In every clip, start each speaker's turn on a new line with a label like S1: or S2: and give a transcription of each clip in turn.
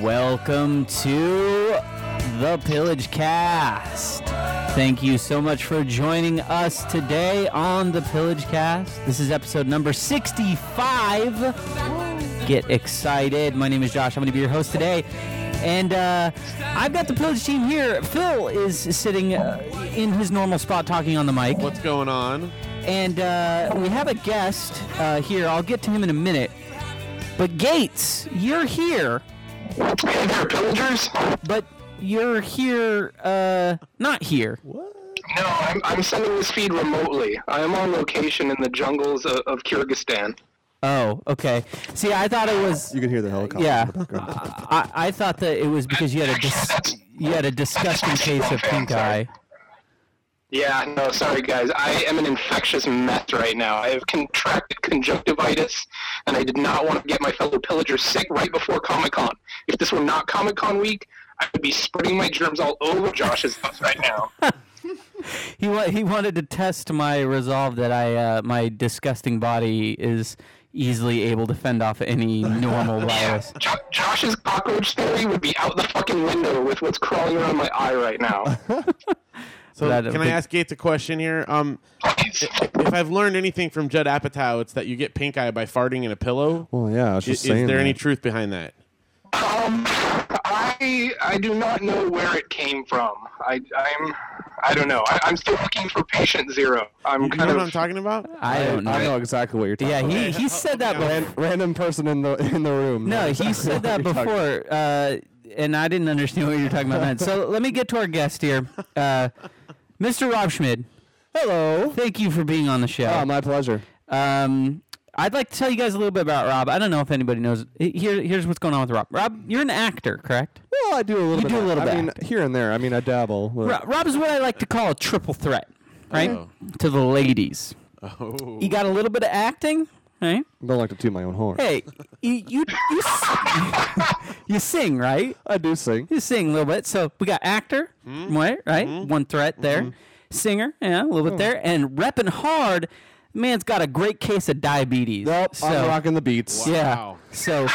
S1: Welcome to the Pillage Cast. Thank you so much for joining us today on the Pillage Cast. This is episode number 65. Get excited. My name is Josh. I'm going to be your host today. And uh, I've got the Pillage team here. Phil is sitting uh, in his normal spot talking on the mic.
S2: What's going on?
S1: And uh, we have a guest uh, here. I'll get to him in a minute. But Gates, you're here,
S3: Hey, Pillagers?
S1: but you're here, uh, not here.
S3: No, I'm, I'm sending this feed remotely. I am on location in the jungles of, of Kyrgyzstan.
S1: Oh, okay. See, I thought it was.
S4: You can hear the helicopter.
S1: Yeah,
S4: in the background.
S1: I, I thought that it was because you had a dis- you had a disgusting case of pink eye.
S3: Yeah, no, sorry guys. I am an infectious mess right now. I have contracted conjunctivitis, and I did not want to get my fellow pillagers sick right before Comic Con. If this were not Comic Con week, I would be spreading my germs all over Josh's house right now.
S1: He wa- he wanted to test my resolve that I uh, my disgusting body is easily able to fend off any normal virus.
S3: Jo- Josh's cockroach theory would be out the fucking window with what's crawling around my eye right now.
S2: So
S1: That-
S2: can I ask Gates a question here? Um,
S3: Please.
S2: if I've learned anything from Judd Apatow, it's that you get pink eye by farting in a pillow.
S4: Well, Oh, yeah. I was
S2: I- is
S4: just saying.
S2: there any
S4: that.
S2: truth behind that?
S3: Um, I I do not know where it came from. I I'm I don't know. I, I'm still looking for patient zero. I'm
S2: You know
S3: kind
S2: what
S3: of
S2: I'm talking about?
S4: Uh,
S1: I don't
S4: I
S1: know.
S4: know exactly what you're talking.
S1: Yeah, he, he said that before.
S4: about. Random person in the in the room.
S1: No,
S4: knows
S1: he
S4: exactly
S1: said
S4: what
S1: that
S4: you're talking about.
S1: before, uh, and I didn't understand what you were talking about then. So let me get to our guest here, uh, Mr. Rob Schmid.
S4: Hello.
S1: Thank you for being on the
S4: Oh,
S1: show.
S4: my pleasure.
S1: Um, I'd like to tell you guys a little bit about Rob. I don't know if anybody knows. he- Here, here's what's going on with Rob. Rob, you're an actor, correct?
S4: Well, I do a little. bit
S1: do a
S4: of-
S1: little
S4: I
S1: bit
S4: mean,
S1: acting.
S4: here and there. I mean, I dabble. with-
S1: Ro- Rob is what I like to call a triple threat, right?
S2: Oh.
S1: To the ladies,
S2: Oh,
S1: you got a little bit of acting, right?
S4: Don't like to toot my own horn.
S1: Hey, you you you, s- you sing, right?
S4: I do sing.
S1: you sing a little bit. So we got actor,
S4: Mm-hmm.
S1: right? Right, one threat there. Singer, yeah, a little
S4: Oh.
S1: bit there, and repping hard. Man's got a great case of diabetes.
S4: Nope.
S1: so,
S4: I'm rocking the beats.
S2: Wow.
S1: Yeah, so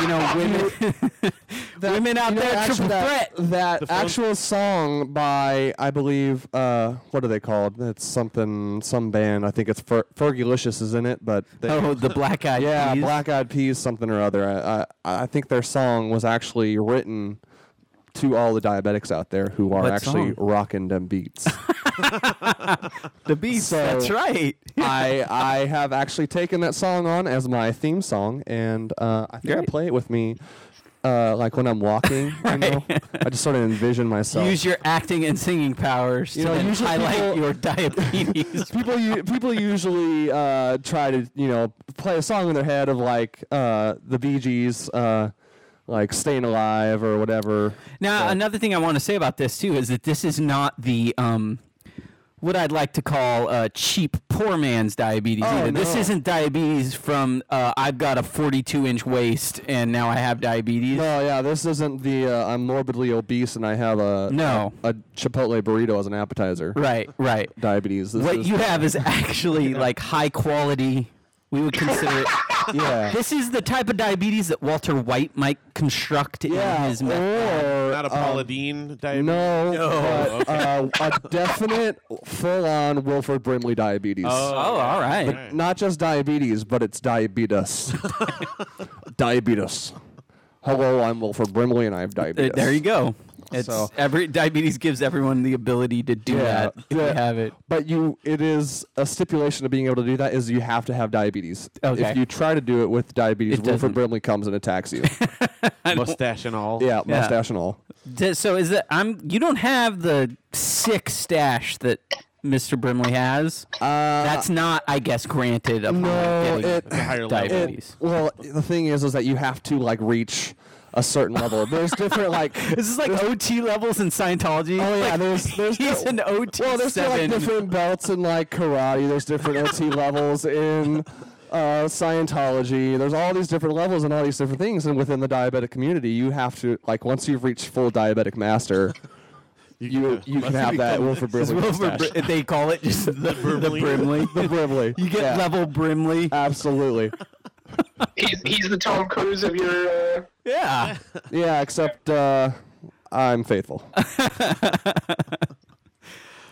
S1: you know, women, women out
S4: You know,
S1: there,
S4: actu-
S1: triple
S4: that,
S1: threat.
S4: That actual song by I believe uh, what are they called? It's something some band. I think it's Fer- Fergalicious is in it, but they,
S1: Oh, the black eyed.
S4: Yeah,
S1: Peas.
S4: Black Eyed Peas, something or other. I, I I think their song was actually written to all the diabetics out there who are
S1: What song?
S4: actually rocking them beats.
S1: the beast.
S4: so-
S1: That's right.
S4: I I have actually taken that song on as my theme song, and uh, I think I
S1: Great.
S4: play it with me. Uh, like when I'm walking, you know, I just sort of envision myself.
S1: Use your acting and singing powers
S4: You
S1: to
S4: know,
S1: then
S4: usually
S1: highlight
S4: people-
S1: your diabetes.
S4: people u- people usually uh, try to you know play a song in their head of like uh, the Bee Gees, uh, like "Staying Alive" or whatever.
S1: Now, another thing I want to say about this too is that this is not the um, what I'd like to call uh, cheap poor man's diabetes.
S4: Oh,
S1: either. This
S4: no.
S1: isn't diabetes from uh, I've got a 42 inch waist and now I have diabetes.
S4: No, yeah, this isn't the uh, I'm morbidly obese and I have a
S1: No.
S4: a, Chipotle burrito as an appetizer.
S1: Right, right.
S4: Diabetes. This
S1: What
S4: is-
S1: you have is actually like high quality. We would consider it.
S4: yeah.
S1: This is the type of diabetes that Walter White might construct
S4: yeah, Oh,
S1: in his mouth.
S4: or
S2: not a
S4: um,
S2: Paula Deen diabetes.
S4: no,
S2: No,
S4: but, uh, a definite full-on Wilford Brimley diabetes.
S1: Oh, all right.
S2: Right.
S4: Not just diabetes, but it's diabetes. diabetes. Hello, I'm Wilford Brimley and I have
S1: Uh,
S4: diabetes.
S1: There you go. It's
S4: So-
S1: every diabetes gives everyone the ability to do
S4: Yeah,
S1: that if
S4: yeah.
S1: they have it.
S4: But you, it is a stipulation of being able to do that is you have to have diabetes.
S1: Okay.
S4: If you try to do it with
S1: It
S4: diabetes,
S1: doesn't.
S4: Wilford Brimley comes and attacks you.
S2: mustache and all.
S4: yeah, mustache and all.
S1: D- So is that I'm? You don't have the sick stash that Mr. Brimley has. That's not, I guess, granted upon
S4: Uh, No,
S1: getting
S4: it- It's a
S2: higher level.
S1: diabetes.
S4: Well, the thing is, is that you have to like reach a certain level. There's different like.
S1: this is like OT levels in Scientology.
S4: Oh yeah,
S1: Like,
S4: there's there's
S1: he's
S4: di-
S1: an OT
S4: well, there's di-
S1: seven.
S4: like different belts in like karate. There's different OT levels in uh, Scientology. There's all these different levels and all these different things. And within the diabetic community, you have to like once you've reached full diabetic master, you you can have that Wilford Brimley.
S1: Wilbur
S4: mustache.
S1: Br- they call it just the, the Brimley.
S4: Brimley.
S1: You get
S4: Yeah, Uh,
S1: level Brimley.
S4: absolutely.
S3: he's he's the Tom Cruise of your. Uh,
S1: Yeah.
S4: Yeah, except uh, I'm faithful.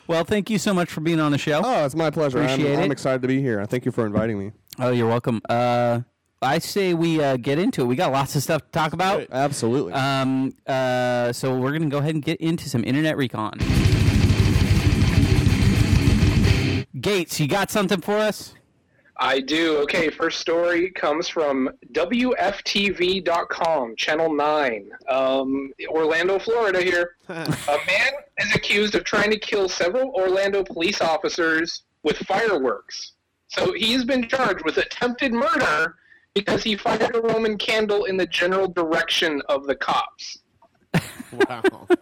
S1: Well, thank you so much for being on the show.
S4: Oh, it's my pleasure.
S1: Appreciate
S4: I'm,
S1: it.
S4: I'm excited to be here. Thank you for inviting me.
S1: Oh, you're welcome. Uh, I say we uh, get into it. We got lots of stuff to talk about.
S2: it.
S4: Absolutely.
S1: Um, uh, so we're gonna go ahead and get into some internet recon. Gates, you got something for us?
S3: I do. Okay, first story comes from WFTV.com, Channel 9, um, Orlando, Florida here. a man is accused of trying to kill several Orlando police officers with fireworks. So he's been charged with attempted murder because he fired a Roman candle in the general direction of the cops.
S2: Wow.
S3: Do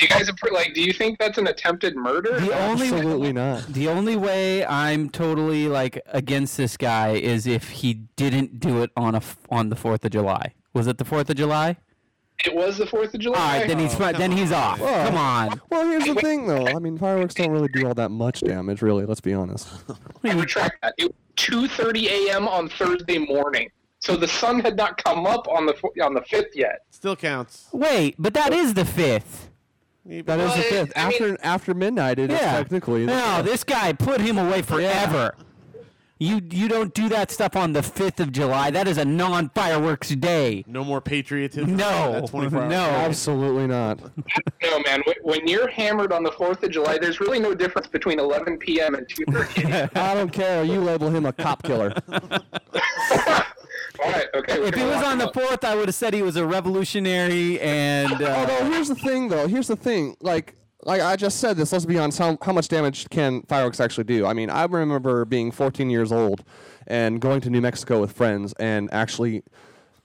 S3: you guys appro- like? Do you think that's an attempted murder?
S1: The only
S4: Absolutely not.
S1: the only way I'm totally like against this guy is if he didn't do it on a f- on the Fourth of July. Was it the Fourth of July?
S3: It was the Fourth of
S1: All
S3: July.
S1: right, Ah, then he's fi-
S2: come
S1: then he's
S2: on.
S1: off.
S4: Well-
S1: Come on.
S4: Well, here's the thing, though. I mean, fireworks don't really do all that much damage, really. Let's be honest.
S3: I retract that. It was 2:30 a.m. on Thursday morning, so the sun had not come up on the fo- on the fifth yet.
S2: Still counts.
S1: Wait, but that is the fifth.
S4: That is the
S3: Well,
S4: fifth.
S3: I mean-
S4: After after midnight, it is
S1: Yeah.
S4: technically. the
S1: No, this guy put him away forever. You you don't do that stuff on the fifth of July. That is a non fireworks day.
S2: No more patriotism.
S1: No.
S2: That's 24 hours.
S1: No.
S4: Absolutely not.
S3: No, man. wh- When you're hammered on the Fourth of July, there's really no difference between 11 p.m. and 2:30. a.m.
S4: I don't care. You label him a cop killer.
S3: All right, okay. we're
S1: If he
S3: gonna
S1: was
S3: lock
S1: on
S3: him
S1: the
S3: up.
S1: fourth, I would have said he was a revolutionary and uh,
S4: Although here's the thing, though. Here's the thing. Like, like I just said this. Let's be honest. How, how much damage can fireworks actually do? I mean, I remember being 14 years old and going to New Mexico with friends and actually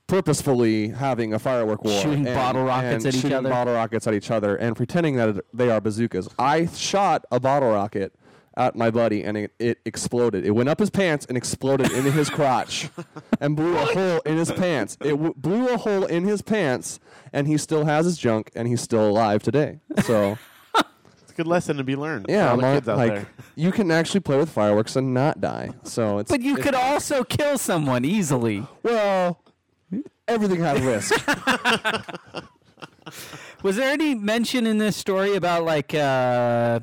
S4: purposefully having a firework war,
S1: Shooting
S4: and-
S1: bottle rockets
S4: and
S1: at each
S4: shooting
S1: other.
S4: bottle rockets at each other, and pretending that they are bazookas. I shot a bottle rocket. At my buddy, and it, it exploded. It went up his pants and exploded into his crotch, and blew a hole in his pants. It w- blew a hole in his pants, and he still has his junk, and he's still alive today. So
S2: It's a good lesson to be learned. for
S4: yeah,
S2: all
S4: I'm
S2: the
S4: all-
S2: kids out
S4: like
S2: there.
S4: you can actually play with fireworks and not die. So it's
S1: but you
S4: it-
S1: could also kill someone easily.
S4: well, everything has risk.
S1: Was there any mention in this story about like uh,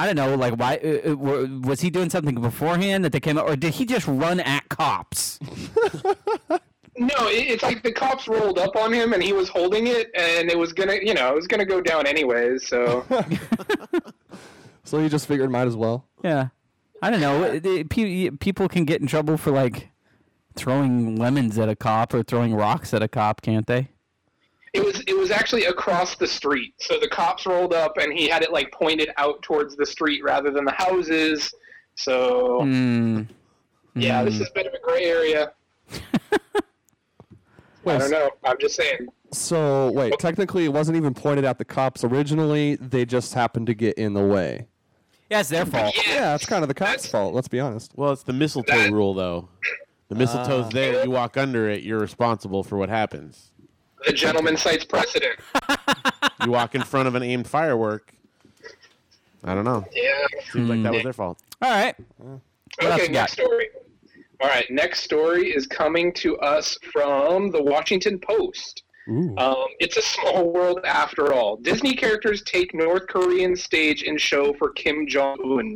S1: I don't know, like why uh, uh, wa- was he doing something beforehand that they came out, or did he just run at cops?
S3: No, it, it's like the cops rolled up on him, and he was holding it, and it was gonna, you know, it was gonna go down anyways. So
S4: so you just figured might as well.
S1: Yeah, I don't know. It- it- pe- People can get in trouble for like throwing lemons at a cop or throwing rocks at a cop, can't they?
S3: it was it was actually across the street. So the cops rolled up, and he had it like pointed out towards the street rather than the houses. So
S1: Mm.
S3: yeah, this is a bit of a gray area.
S4: Wait,
S3: I don't know. I'm just saying.
S4: so wait, technically it wasn't even pointed at the cops originally. They just happened to get in the way.
S1: Yeah, it's their fault.
S4: Yeah, it's kind of the cops' fault. Let's be honest.
S2: Well, it's the mistletoe rule, though. The mistletoe's
S4: Uh.
S2: there. You walk under it. You're responsible for what happens.
S3: The gentleman cites precedent.
S2: You walk in front of an aimed firework. I don't know.
S3: Yeah.
S2: Seems like that was their fault.
S1: All right. else
S3: Okay,
S1: you
S3: next
S1: got?
S3: story. All right, next story is coming to us from the Washington Post. Um, it's a small world after all. Disney characters take North Korean stage and show for Kim Jong Un.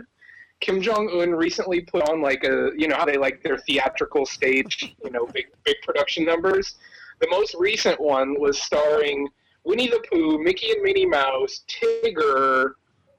S3: Kim Jong Un recently put on like a you know how they like their theatrical stage, you know, big big production numbers. The most recent one was starring Winnie the Pooh, Mickey and Minnie Mouse, Tigger,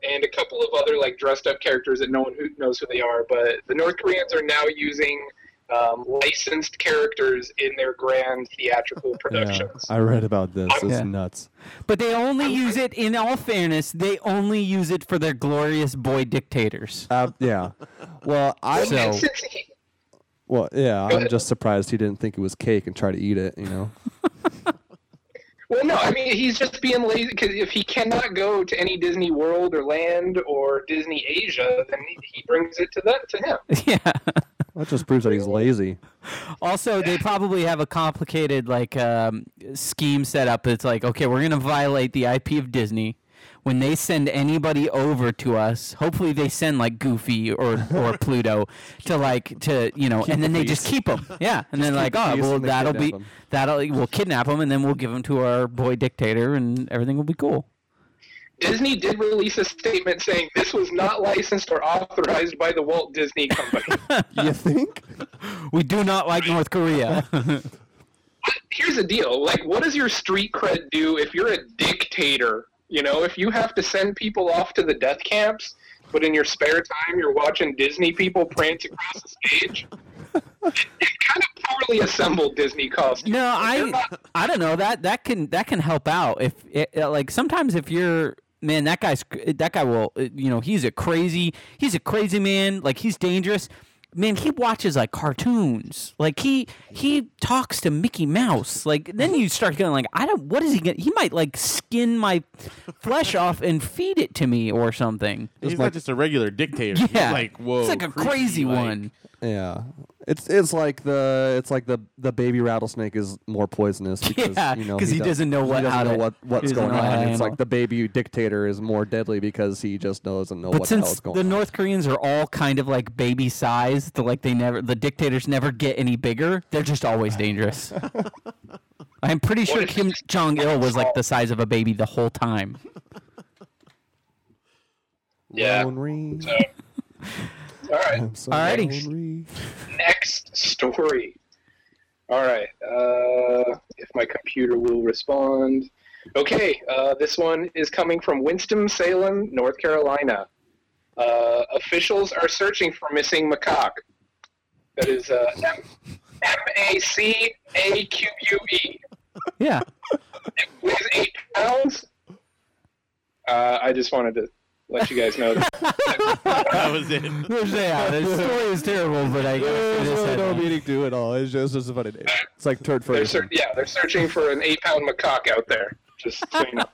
S3: and a couple of other like dressed up characters that no one who knows who they are. But the North Koreans are now using um, licensed characters in their grand theatrical productions.
S4: I read about this. It's
S1: Yeah.
S4: nuts.
S1: But they only use it, in all fairness, they only use it for their glorious boy dictators.
S4: Uh, yeah. Well, I
S1: So-
S3: And since he-
S4: well, yeah.
S3: Go
S4: I'm
S3: ahead.
S4: just surprised he didn't think it was cake and try to eat it. You know.
S3: Well, no, I mean he's just being lazy because if he cannot go to any Disney World or Land or Disney Asia, then he- he brings it to that to him.
S1: yeah.
S4: That just proves that he's lazy.
S1: Also, they probably have a complicated like um, scheme set up. It's like, okay, we're gonna violate the IP of Disney. when they send anybody over to us, hopefully they send like Goofy or or Pluto to like to you know, and then they just keep them. Yeah, and then like
S4: the
S1: oh
S4: peace
S1: well
S4: and they
S1: that'll be
S4: kidnap 'em."
S1: that'll we'll kidnap them and then we'll give them to our boy dictator and everything will be cool.
S3: Disney did release a statement saying this was not licensed or authorized by the Walt Disney Company.
S4: you think?
S1: We do not like North Korea.
S3: Here's the deal: like, what does your street cred do if you're a dictator? You know, if you have to send people off to the death camps, but in your spare time you're watching Disney people prance across the stage. It kind of poorly assembled Disney costume.
S1: No,
S3: They're
S1: I
S3: not-
S1: I don't know that that can that can help out if it, uh, like sometimes if you're man that guy's that guy will uh, you know he's a crazy he's a crazy man like he's dangerous man he watches like cartoons like he he talks to Mickey Mouse like then you start going like I don't what is he gonna he might like skin my flesh off and feed it to me or something
S2: He's not just a regular dictator. He's
S1: yeah
S2: like whoa,
S1: it's like a
S2: creepy,
S1: crazy
S2: like-
S1: one
S4: Yeah. It's it's like the it's like the the baby rattlesnake is more poisonous because
S1: Yeah,
S4: you know
S1: 'cause he
S4: does-
S1: doesn't know what-
S4: he doesn't
S1: how
S4: know
S1: to-
S4: what
S1: he
S4: what's
S1: doesn't
S4: going
S1: know how
S4: on.
S1: to
S4: It's
S1: handle-
S4: like the baby dictator is more deadly because he just doesn't know
S1: But
S4: what the hell
S1: since the,
S4: is going on.
S1: North Koreans are all kind of like baby sized, like they never, the dictators never get any bigger. They're just always dangerous. I'm pretty sure
S3: if
S1: Kim
S3: it's-
S1: Jong Il was like the size of a baby the whole time.
S3: Yeah.
S4: Lonely.
S3: All right.
S4: I'm so
S1: Alrighty.
S4: lonely.
S3: next story. All right. Uh, if my computer will respond. Okay. Uh, this one is coming from Winston-Salem, North Carolina. Uh, officials are searching for missing macaque. That is uh, M A C A Q U E.
S1: Yeah,
S3: Weighs eight pounds. Uh, I just wanted to let you guys know. That.
S2: That was it.
S1: yeah. The story is terrible, but I
S4: There's really no meaning to it all. It's just, it's a funny name. It's like turd
S3: They're
S4: Ferguson.
S3: ser- yeah, they're searching for an eight-pound macaque out there. Just so you know.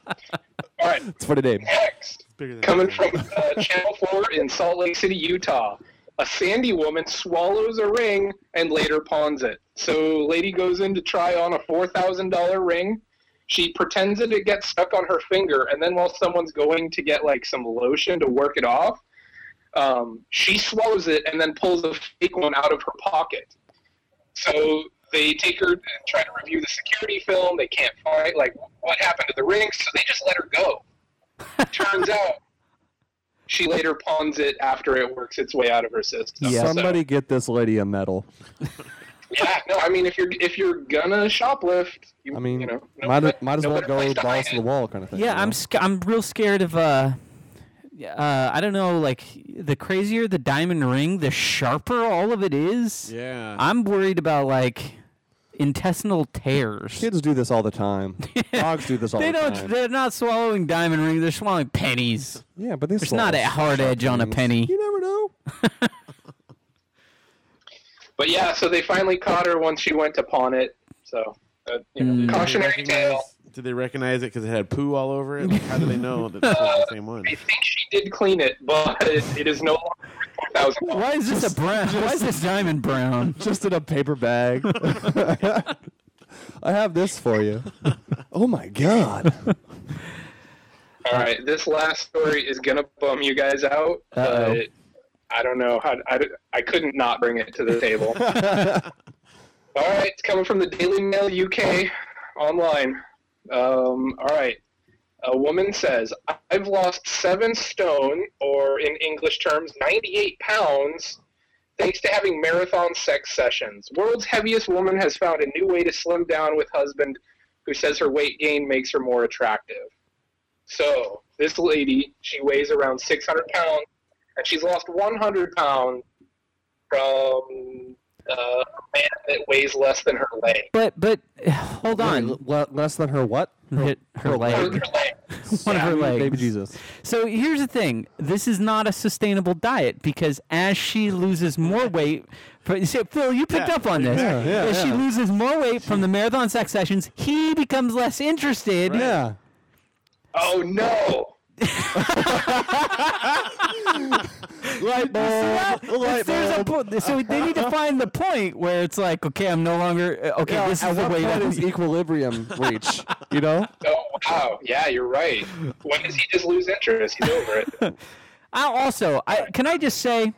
S3: All right.
S4: It's a funny name.
S3: Next.
S2: Bigger than
S3: Coming
S2: that.
S3: from uh, Channel 4 in Salt Lake City, Utah. A sandy woman swallows a ring and later pawns it. So, lady goes in to try on a $4,000 ring. She pretends that it gets stuck on her finger, and then while someone's going to get like some lotion to work it off, um, she swallows it and then pulls the fake one out of her pocket. So they take her and try to review the security film. They can't find like what happened to the ring, so they just let her go. Turns out she later pawns it after it works its way out of her system.
S1: Yeah.
S3: So-
S4: Somebody get this lady a medal.
S3: yeah, no, I mean if you're if you're gonna shoplift, you,
S4: I mean,
S3: you know, no
S4: might,
S3: better-
S4: might as
S3: no
S4: well
S3: better
S4: go
S3: place to
S4: balls
S3: hide
S4: to the
S3: it.
S4: wall kind of thing. you
S1: yeah.
S4: know?
S1: I'm sc- I'm real scared of uh, uh, I don't know, like the crazier the diamond ring, the sharper all of it is.
S2: Yeah.
S1: I'm worried about like intestinal tears.
S4: Kids do this all the time. Dogs do this all
S1: They
S4: the
S1: don't.
S4: time.
S1: They're not swallowing diamond rings. They're swallowing pennies.
S4: Yeah, but this
S1: It's not a hard edge on a penny.
S4: You never know.
S3: But yeah, so they finally caught her once she went to pawn it. So uh, you know,
S4: Hmm.
S1: Mm.
S2: Did they
S3: cautionary tale.
S2: recognize- Did they recognize it because it had poo all over it? Like, how do they know that it's not the same one?
S3: I think she did clean it, but it is no longer four thousand dollars.
S1: Why is this a brown? Why is this diamond brown?
S4: Just in a paper bag. I have this for you. Oh my god.
S3: All right, this last story is gonna bum you guys out.
S1: Uh-oh.
S3: but I don't know how I, I couldn't not bring it to the table. All right, it's coming from the Daily Mail UK online. Um, all right, a woman says I've lost seven stone, or in English terms, ninety-eight pounds. Thanks to having marathon sex sessions. World's heaviest woman has found a new way to slim down with husband who says her weight gain makes her more attractive. So this lady, she weighs around 600 pounds, and she's lost 100 pounds from uh, a man that weighs less than her leg.
S1: But but hold on.
S4: Wait, le- less than her what?
S1: Her, her
S3: Her,
S1: leg.
S3: her leg.
S1: One of her
S4: Baby-
S1: legs.
S4: Baby Jesus.
S1: So here's the thing. This is not a sustainable diet because as she loses more weight, for, you see, Phil, you picked
S2: Yeah,
S1: up on this.
S2: exactly.
S4: Yeah,
S1: as she
S4: yeah.
S1: loses more weight from the marathon sex sessions, he becomes less interested.
S4: Yeah.
S3: Oh no!
S4: light bulb, light
S1: There's a
S4: bulb.
S1: po- so they need to find the point where it's like, okay, I'm no longer uh, okay.
S4: Yeah,
S1: this
S4: at
S1: is the
S4: what
S1: way
S4: point
S1: that
S4: is equilibrium reach? You know,
S3: Oh wow, yeah, you're right. When does he just lose interest? He's over it.
S1: I also, I can I just say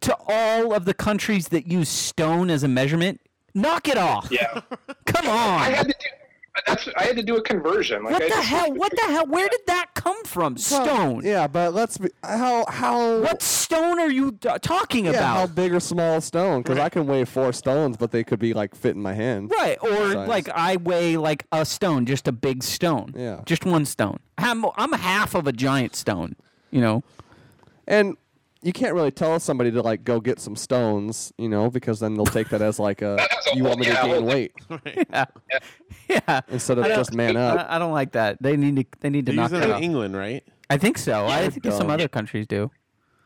S1: to all of the countries that use stone as a measurement, knock it off.
S3: Yeah,
S1: Come
S3: I
S1: on.
S3: had to do. That's I had to do a conversion. Like I
S1: What the
S3: just-
S1: hell? What the hell? Where did that come from? Stone.
S4: Yeah, but let's be how how
S1: What stone are you t- talking
S4: yeah, how
S1: about?
S4: big or small a stone? Because I can weigh four stones, but they could be like fit in my hand.
S1: Right, or
S4: Size.
S1: like I weigh like a stone, just a big stone.
S4: Yeah.
S1: Just one stone. I'm, I'm half of a giant stone, you know?
S4: And you can't really tell somebody to like go get some stones, you know, because then they'll take that as like a
S3: That's a
S4: you want me to
S3: whole- yeah,
S4: gain
S3: whole-
S4: weight
S1: Yeah. Uh,
S4: instead of just man up.
S1: I, I don't like that. They need to, they need to
S2: They
S1: knock
S2: use it
S1: that
S2: in
S1: off.
S2: England, right?
S1: I think so. I think
S4: dumb.
S1: some other countries do.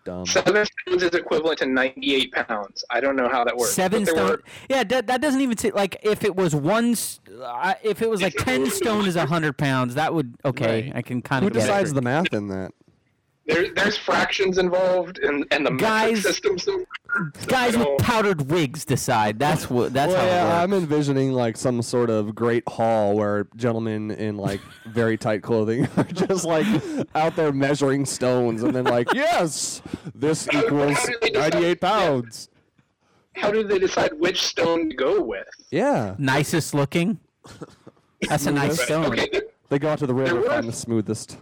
S4: Dumb.
S3: Seven stones is equivalent to 98 pounds. I don't know how that works.
S1: Seven
S3: but there
S1: stone.
S3: were-
S1: Yeah, that, that doesn't even say like if it was one. s- Uh, if it was like ten stone is hundred pounds, that would okay.
S2: Right.
S1: I can kind
S4: Who
S1: of get
S4: decides
S1: it.
S4: the math in that?
S3: there, there's fractions involved, and and the metric
S1: Guys-
S3: systems. involved.
S1: Guys
S3: So-
S1: with powdered wigs decide. That's what. That's
S4: Well,
S1: how it
S4: yeah,
S1: works.
S4: I'm envisioning like some sort of great hall where gentlemen in like very tight clothing are just like out there measuring stones and then like, yes, this equals
S3: how do they decide-
S4: 98 pounds.
S3: how do they decide which stone to go with?
S4: Yeah.
S1: Nicest looking. That's a nice stone.
S3: Okay, there,
S4: They go out to the river
S3: were-
S4: and find the smoothest.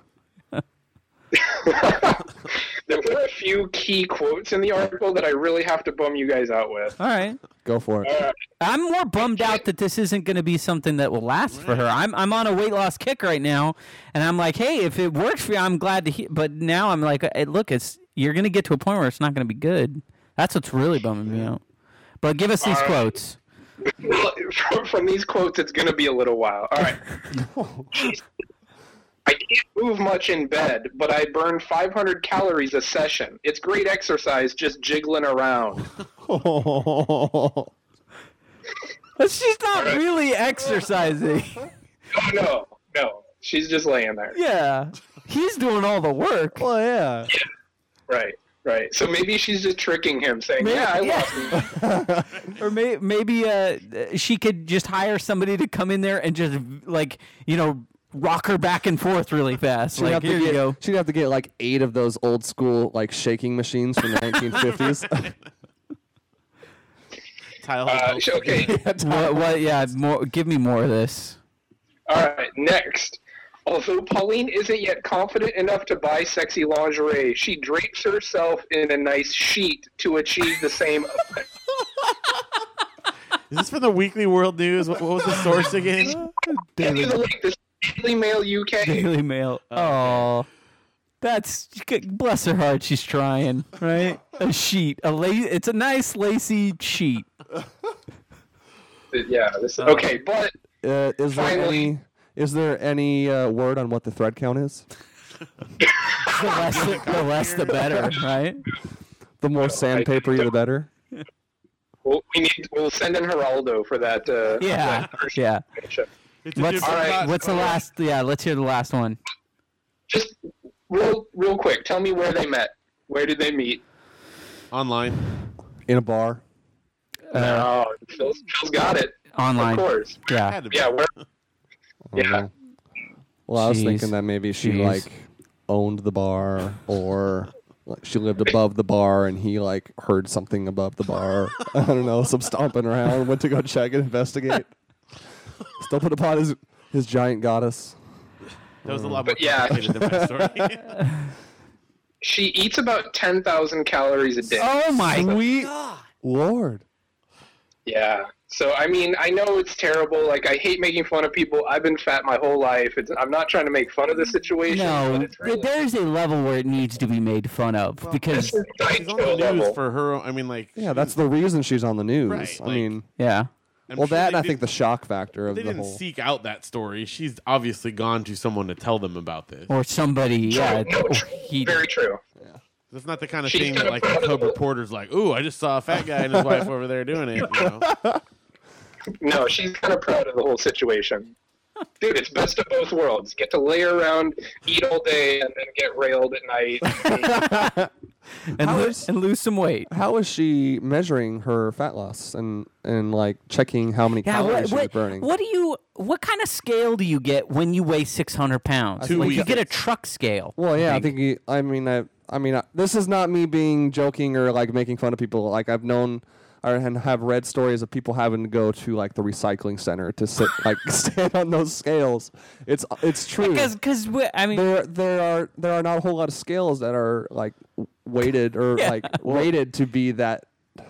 S3: there were a few key quotes in the article that I really have to bum you guys out with.
S1: All right.
S4: Go for it.
S1: I'm more bummed out that this isn't going to be something that will last for her. I'm I'm on a weight loss kick right now, and I'm like, hey, if it works for you, I'm glad to hear. But now I'm like, hey, look, it's you're going to get to a point where it's not going to be good. That's what's really bumming me out. But give us these quotes.
S3: Well, from, from these quotes, it's going to be a little while. All right. I can't move much in bed, but I burn 500 calories a session. It's great exercise just jiggling around.
S1: She's not really exercising.
S3: Oh, no, no. She's just laying there.
S1: yeah, he's doing all the work.
S4: well, Oh, yeah.
S3: Right, right. So maybe she's just tricking him, saying,
S1: Maybe-
S3: Yeah, I
S1: yeah.
S3: lost weight."
S1: Or may, maybe uh, she could just hire somebody to come in there and just like you know rock her back and forth really fast.
S4: She'd
S1: Like
S4: have to
S1: here you
S4: get-
S1: go.
S4: She'd have to get like eight of those old school like shaking machines from the 1950s.
S2: Tile
S3: Uh, she- okay.
S1: What? What? Yeah. More. Give me more of this.
S3: All right, next. Although Pauline isn't yet confident enough to buy sexy lingerie, she drapes herself in a nice sheet to achieve the same. effect.
S2: Is this from the Weekly World News? What, what was the source again?
S3: Send you the link. This is Daily Mail UK.
S1: Daily Mail. Oh, that's bless her heart. She's trying, right? A sheet. A la- It's a nice lacy sheet.
S3: Yeah. This, okay, but
S4: Uh, is there
S3: Finally.
S4: any is there any uh, word on what the thread count is?
S1: The less, the, the less, the better, right?
S4: The
S1: Uh,
S4: more sandpaper, the better.
S3: we'll, we need. We'll send in Geraldo for that. Uh,
S1: Yeah. Yeah.
S3: relationship.
S2: It's a
S1: What's
S2: different
S3: All right.
S2: class.
S1: What's the last? Yeah. Let's hear the last one.
S3: Just real, real quick. Tell me where they met. Where did they meet?
S2: Online.
S4: In a bar.
S1: Uh,
S3: oh, Phil's, Phil's got it. Of
S1: Online.
S3: course.
S1: Yeah.
S3: Yeah. Where,
S1: Oh,
S3: yeah.
S4: know. Well, I was
S1: Jeez.
S4: thinking that maybe she
S1: Jeez.
S4: like owned the bar or like she lived above the bar and he like heard something above the bar. I don't know, some stomping around, went to go check and investigate. Stomping upon his his giant goddess.
S2: That was a lot more
S3: yeah.
S2: complicated than my story.
S3: She eats about ten thousand calories a day.
S1: Oh my.
S4: Sweet Lord.
S3: Yeah. So I mean, I know it's terrible. Like I hate making fun of people. I've been fat my whole life. It's, I'm not trying to make fun of the situation. but
S1: No,
S3: it's really,
S1: there's a level where it needs to be made fun of because
S3: this is
S2: She's on the
S3: psycho
S2: news
S3: level.
S2: for her. I mean, like,
S4: Yeah, that's the reason she's on the news.
S2: Right,
S4: I
S2: like-
S4: mean,
S1: yeah,
S2: I'm
S4: well,
S2: sure
S4: that
S2: they
S4: and I think the
S2: didn't-
S4: shock factor of
S2: they
S4: the
S2: didn't
S4: whole.
S2: seek out that story. She's obviously gone to someone to tell them about this.
S1: or somebody. Yeah.
S3: No,
S1: or
S3: true.
S1: he-
S3: Very true.
S2: That's not the kind of
S3: She's
S2: thing that
S3: gonna
S2: like a
S3: put-
S2: cub reporter's like, "Ooh, I just saw a fat guy and his wife over there doing it." You know?
S3: No, she's kind of proud of the whole situation. Dude, it's best of both worlds. Get to lay around, eat all day, and then get railed at night.
S1: and,
S4: How
S1: lo-
S4: is-
S1: and lose some weight.
S4: How was she measuring her fat loss and and like checking how many
S1: Yeah,
S4: calories
S1: what,
S4: she was
S1: what,
S4: burning?
S1: what do you? What kind of scale do you get when you weigh six hundred pounds?
S2: Two
S1: like you
S2: weeks.
S1: get a truck scale.
S4: Well, yeah, I think he, I mean I I mean I, this is not me being joking or like making fun of people. Like I've known or and have read stories of people having to go to like the recycling center to sit like stand on those scales. It's it's true.
S1: because because I mean
S4: there there are there are not a whole lot of scales that are like w- weighted or
S1: Yeah.
S4: like rated to be that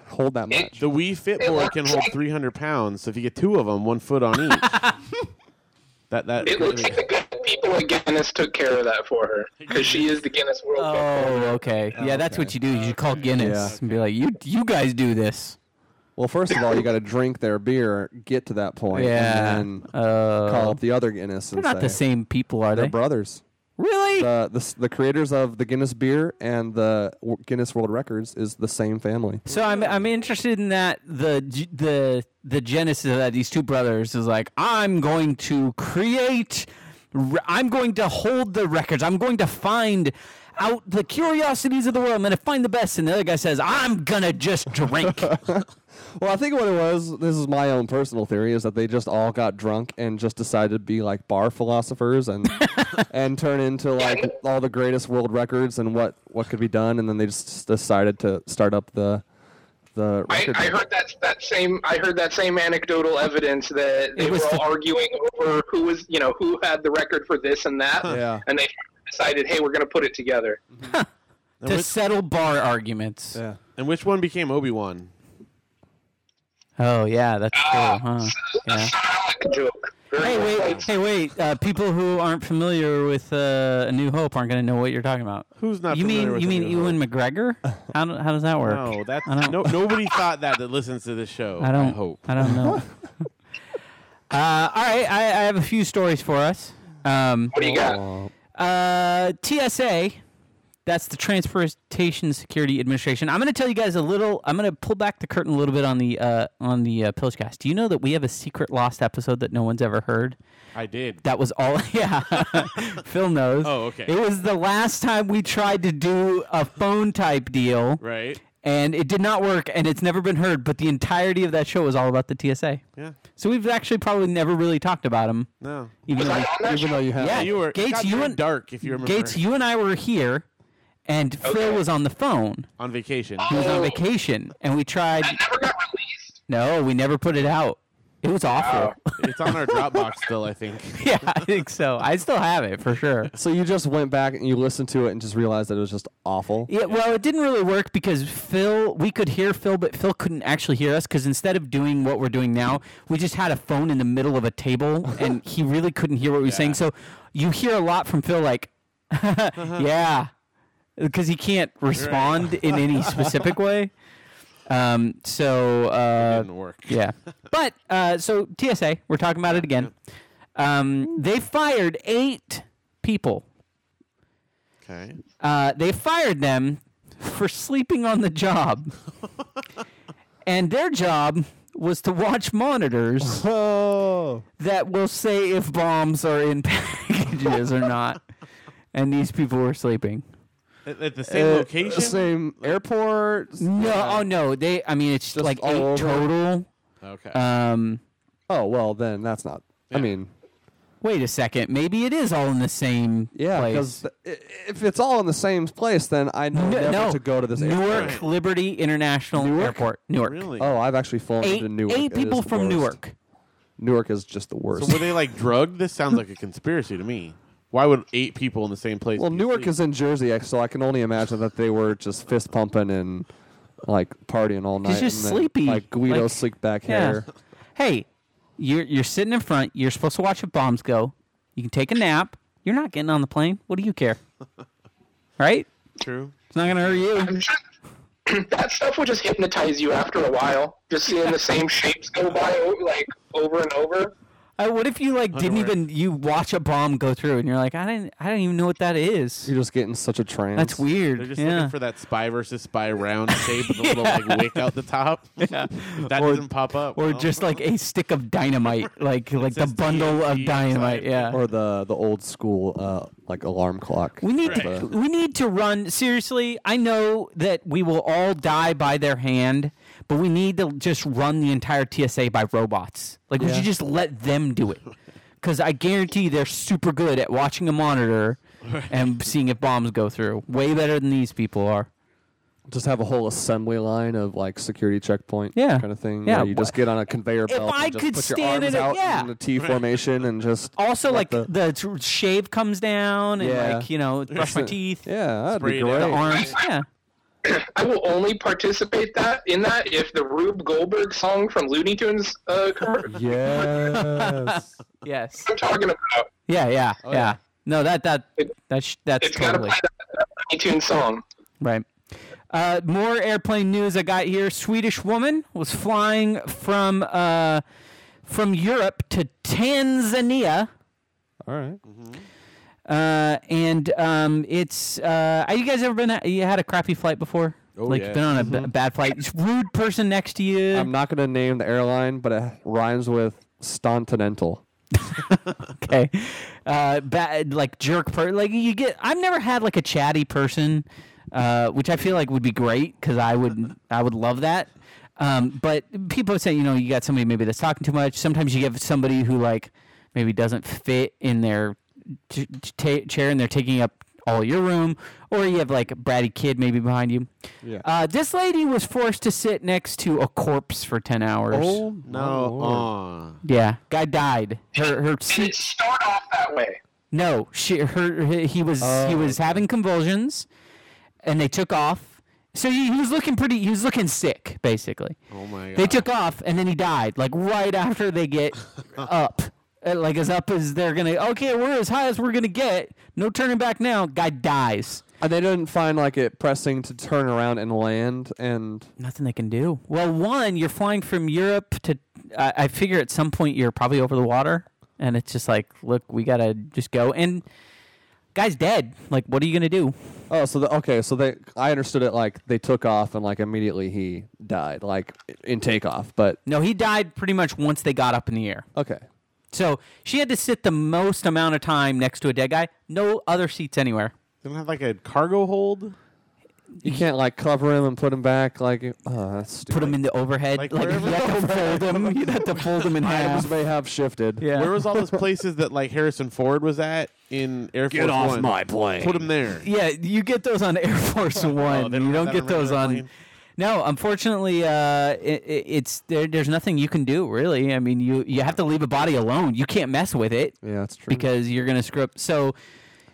S4: hold that much.
S2: The Wii Fit
S3: It
S2: board
S3: looks
S2: can hold
S3: like-
S2: 300 pounds. So if you get two of them, one foot on each. that that
S3: It looks like the good people at Guinness took care of that for her because she is the Guinness World Book.
S1: oh okay yeah that's what you do. You should call Guinness
S4: Yeah.
S1: and be like you you guys do this.
S4: Well, first of all, you got to drink their beer, get to that point,
S1: Yeah.
S4: and then
S1: Uh,
S4: call up the other Guinness.
S1: they're
S4: And
S1: not
S4: say,
S1: the same people, are
S4: They're
S1: they?
S4: brothers.
S1: really?
S4: The, the s- the creators of the Guinness beer and the w- Guinness World Records is the same family.
S1: So I'm I'm interested in that the g- the the genesis of that these two brothers is like I'm going to create re- I'm going to hold the records I'm going to find out the curiosities of the world I'm going to find the best and the other guy says I'm going to just drink
S4: Well, I think what it was, this is my own personal theory, is that they just all got drunk and just decided to be like bar philosophers and and turn into like all the greatest world records and what what could be done, and then they just decided to start up the the
S3: I,
S4: record.
S3: I
S4: book.
S3: heard that that same I heard that same anecdotal evidence that they
S1: It was
S3: were all
S1: the-
S3: arguing over who was you know who had the record for this and that,
S4: Yeah.
S3: and they decided, hey, we're going to put it together.
S1: to settle bar arguments.
S4: yeah.
S2: and which one became Obi Wan?
S1: Oh yeah, that's true. Huh? Yeah.
S3: Joke. Very
S1: Hey
S3: well
S1: wait,
S3: played.
S1: hey wait! Uh, people who aren't familiar with uh, A New Hope aren't going to know what you're talking about.
S2: Who's not
S1: You
S2: familiar
S1: mean
S2: with
S1: you
S2: A
S1: mean
S2: New
S1: Ewan McGregor? How, do- how does that work?
S2: No, that's
S1: I don't-
S2: no, nobody thought that that listens to this show.
S1: I don't
S2: hope.
S1: I don't know. uh, all right, I, I have a few stories for us. Um,
S3: what do you got?
S1: uh, TSA, that's the Transportation Security Administration. I'm going to tell you guys a little. I'm going to pull back the curtain a little bit on the uh, on the uh, Pillagecast. Do you know that we have a secret lost episode that no one's ever heard?
S2: I did.
S1: That was all. Yeah, Phil knows.
S2: Oh, okay.
S1: It was the last time we tried to do a phone type deal
S2: right?
S1: and it did not work and it's never been heard but the entirety of that show was all about the tsa
S2: Yeah.
S1: so we've actually probably never really talked about him
S2: No.
S1: even
S3: Was
S1: though
S3: I
S1: we-
S3: on that
S4: Even though
S3: show?
S4: you have
S1: Yeah.
S2: You were
S1: Gates,
S2: It got
S1: you
S2: very
S1: and-
S2: dark. If you remember,
S1: gates you and i were here and phil was on the phone
S2: on vacation.
S1: he was on
S3: Oh.
S1: vacation and we tried
S3: It never got released.
S1: no we never put it out it was awful
S3: Oh.
S2: it's on our Dropbox still. I think.
S1: yeah i think so i still have it for sure
S4: So you just went back and you listened to it and just realized that it was just awful.
S1: Yeah, well, it didn't really work because Phil, we could hear Phil, but Phil couldn't actually hear us because instead of doing what we're doing now, we just had a phone in the middle of a table and he really couldn't hear what we were saying. So you hear a lot from Phil, like, yeah, because he can't respond in any specific way. Um, so, uh,
S2: Didn't work.
S1: yeah. But uh, so TSA, we're talking about it again. Um, they fired eight people
S2: Okay.
S1: uh, they fired them for sleeping on the job. and their job was to watch monitors
S4: Oh.
S1: that will say if bombs are in packages or not. And these people were sleeping.
S2: At, at the same location.
S4: uh, Same airport.
S1: No, oh no, they. I mean, it's
S4: Just
S1: like
S4: all
S1: eight
S4: over?
S1: total.
S2: Okay.
S1: Um,
S4: Oh well, then that's not. I mean,
S1: wait a second, maybe it is all in the same
S4: yeah,
S1: place.
S4: because if it's all in the same place, then I know
S1: N-
S4: never
S1: no,
S4: to go to this airport.
S1: Newark Liberty International Airport, Newark.
S2: really?
S4: Oh, I've actually flown
S1: Eight,
S4: into Newark.
S1: eight
S4: It is
S1: people
S4: the
S1: from
S4: worst.
S1: Newark.
S4: Newark is just the worst.
S2: So were they like drugged? This sounds like a conspiracy to me. Why would eight people in the same place?
S4: well,
S2: be
S4: Newark
S2: asleep?
S4: is in Jersey, so I can only imagine that they were just fist pumping and like partying all night.
S1: He's just
S4: and then,
S1: sleepy.
S4: Like Guido's
S1: Like-
S4: slick back
S1: Yeah.
S4: hair.
S1: Hey, you're you're sitting in front. You're supposed to watch the bombs go. You can take a nap. You're not getting on the plane. What do you care? Right?
S2: true.
S1: It's not gonna hurt you.
S3: I'm sure that stuff would just hypnotize you after a while. Just seeing the same shapes go by o- like over and over.
S1: I, what if you like didn't
S2: Underwear.
S1: even you watch a bomb go through and you're like, I didn't, I don't even know what that is.
S4: You're just getting such a trance.
S1: That's
S2: They're
S1: weird.
S2: just
S1: Yeah.
S2: looking for that spy versus spy round shape with a little like wick out the top. That
S1: Or-
S2: doesn't pop up.
S1: or
S2: well.
S1: just like a stick of dynamite, like like the
S2: says
S1: bundle of
S2: TNT
S1: dynamite.
S2: inside.
S1: Yeah.
S4: Or the the old school uh, like alarm clock.
S1: We need
S2: Right.
S1: to, we need to run seriously. I know that we will all die by their hand, but we need to just run the entire TSA by robots. Like we
S4: Yeah.
S1: should just let them do it. Cuz I guarantee they're super good at watching a monitor and seeing if bombs go through. Way better than these people are.
S4: just have a whole assembly line of like security checkpoint
S1: Yeah.
S4: kind of thing.
S1: Yeah,
S4: where you just
S1: wha-
S4: get on a conveyor belt
S1: I
S4: and just
S1: could
S4: put
S1: stand
S4: your arms
S1: in a-
S4: out
S1: yeah.
S4: in a T formation and just
S1: Also
S4: let
S1: like the, t- shave comes down and
S4: Yeah.
S1: like, you know, brush my teeth,
S4: yeah, that'd
S2: Spray
S4: be
S2: it out.
S4: great.
S1: the arms. Yeah.
S3: I will only participate that in that if the Rube Goldberg song from Looney Tunes uh, cover.
S4: Yes.
S1: Yes.
S3: I'm talking about.
S1: Yeah, yeah, yeah.
S4: Oh, yeah.
S1: No, that that
S3: It-
S1: that's that's
S3: It's
S1: totally
S3: got to play that Looney Tunes song.
S1: Right. Uh, more airplane news I got here. Swedish woman was flying from uh, from Europe to Tanzania,
S4: All right.
S1: uh, and um, it's. Uh, have you guys ever been? You had a crappy flight before?
S2: Oh,
S1: like
S2: yeah.
S1: been on a b- bad flight. It's rude person next to you.
S4: I'm not gonna name the airline, but it rhymes with Stontinental.
S1: okay. Uh, bad like jerk per like you get. I've never had like a chatty person, uh, which I feel like would be great because I would I would love that. Um, but people say you know you got somebody maybe that's talking too much. Sometimes you have somebody who like maybe doesn't fit in their t- t- chair and they're taking up all your room, or you have like a bratty kid maybe behind you.
S4: Yeah.
S1: Uh, this lady was forced to sit next to a corpse for ten hours.
S2: Oh,
S4: Oh.
S2: no. uh,
S1: Yeah, guy died. Her her
S3: Did
S1: seat
S3: it start off that way?
S1: no, she her he was he
S2: Oh,
S1: was having convulsions, and they took off. So he, he was looking pretty. He was looking sick, basically.
S2: oh my god.
S1: They took off, and then he died. Like right after they get up, Uh, like as up as they're gonna. Okay, we're as high as we're gonna get. No turning back now. Guy dies.
S4: And they didn't find like it pressing to turn around and land and
S1: Nothing they can do. Well, one, you're flying from Europe to. I I figure at some point you're probably over the water, and it's just like, look, we gotta just go. And guy's dead. Like, what are you gonna do?
S4: Oh, so the, okay, so they I understood it like they took off and like immediately he died, like in takeoff. But
S1: No, he died pretty much once they got up in the air.
S4: okay,
S1: So she had to sit the most amount of time next to a dead guy. No other seats anywhere.
S2: They don't have like a cargo hold.
S4: you can't like cover him and put him back. Like, oh, that's stupid.
S1: Put him in the overhead. Like,
S2: Like,
S1: you
S2: wherever
S1: had to fold him. You had to fold him in
S4: Items
S1: half.
S4: may have shifted.
S1: Yeah.
S2: Where was all those places that like Harrison Ford was at in Air Force
S4: off
S2: One?
S4: my plane.
S2: Put him there.
S1: Yeah, you get those on Air Force One.
S2: Oh, they don't
S1: you
S2: have
S1: don't
S2: that
S1: get
S2: on
S1: those
S2: regular
S1: on.
S2: plane?
S1: No, unfortunately, uh, i i- it's there, there's nothing you can do really. I mean, you you have to leave a body alone. You can't mess with it.
S4: Yeah, that's true.
S1: because you're gonna screw up. So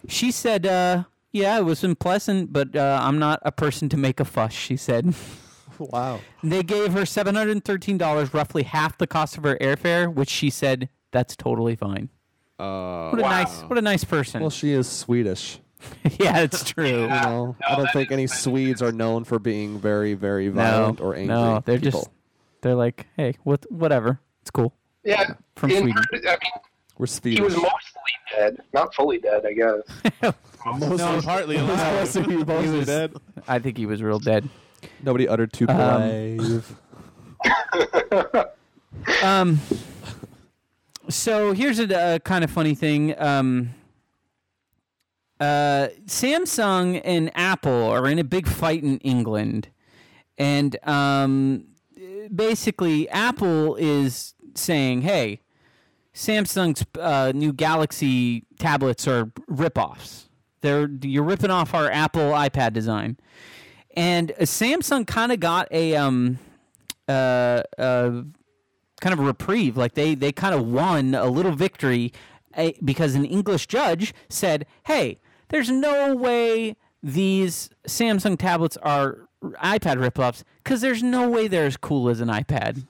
S1: she said, uh, "Yeah, it was unpleasant, but uh, I'm not a person to make a fuss." She said.
S4: wow.
S1: They gave her seven hundred and thirteen dollars, roughly half the cost of her airfare, which she said that's totally fine.
S2: Uh,
S1: What a nice, what a nice person.
S4: Well, she is Swedish.
S1: yeah, it's true.
S3: Ah,
S4: You know, I don't think any Swedes are known for being very, very
S1: no,
S4: violent or angry.
S1: no, they're
S4: people.
S1: just, they're like, hey, what, whatever, it's cool.
S3: Yeah.
S1: From
S3: In-
S1: Sweden.
S3: I mean,
S4: we're
S3: he
S4: Swedish.
S3: was mostly dead, not fully dead, I guess.
S2: no, partly alive.
S4: was dead.
S1: I think he was real dead.
S4: Nobody uttered too
S1: Uh-huh.
S4: brave.
S1: Um, so here's a uh, kind of funny thing. Um, uh, Samsung and Apple are in a big fight in England, and um, basically Apple is saying, "Hey, Samsung's uh, new Galaxy tablets are ripoffs. They're you're ripping off our Apple iPad design." And uh, Samsung kind of got a um, uh, uh, kind of a reprieve. Like they they kind of won a little victory eh, because an English judge said, "Hey, there's no way these Samsung tablets are iPad ripoffs because there's no way they're as cool as an iPad."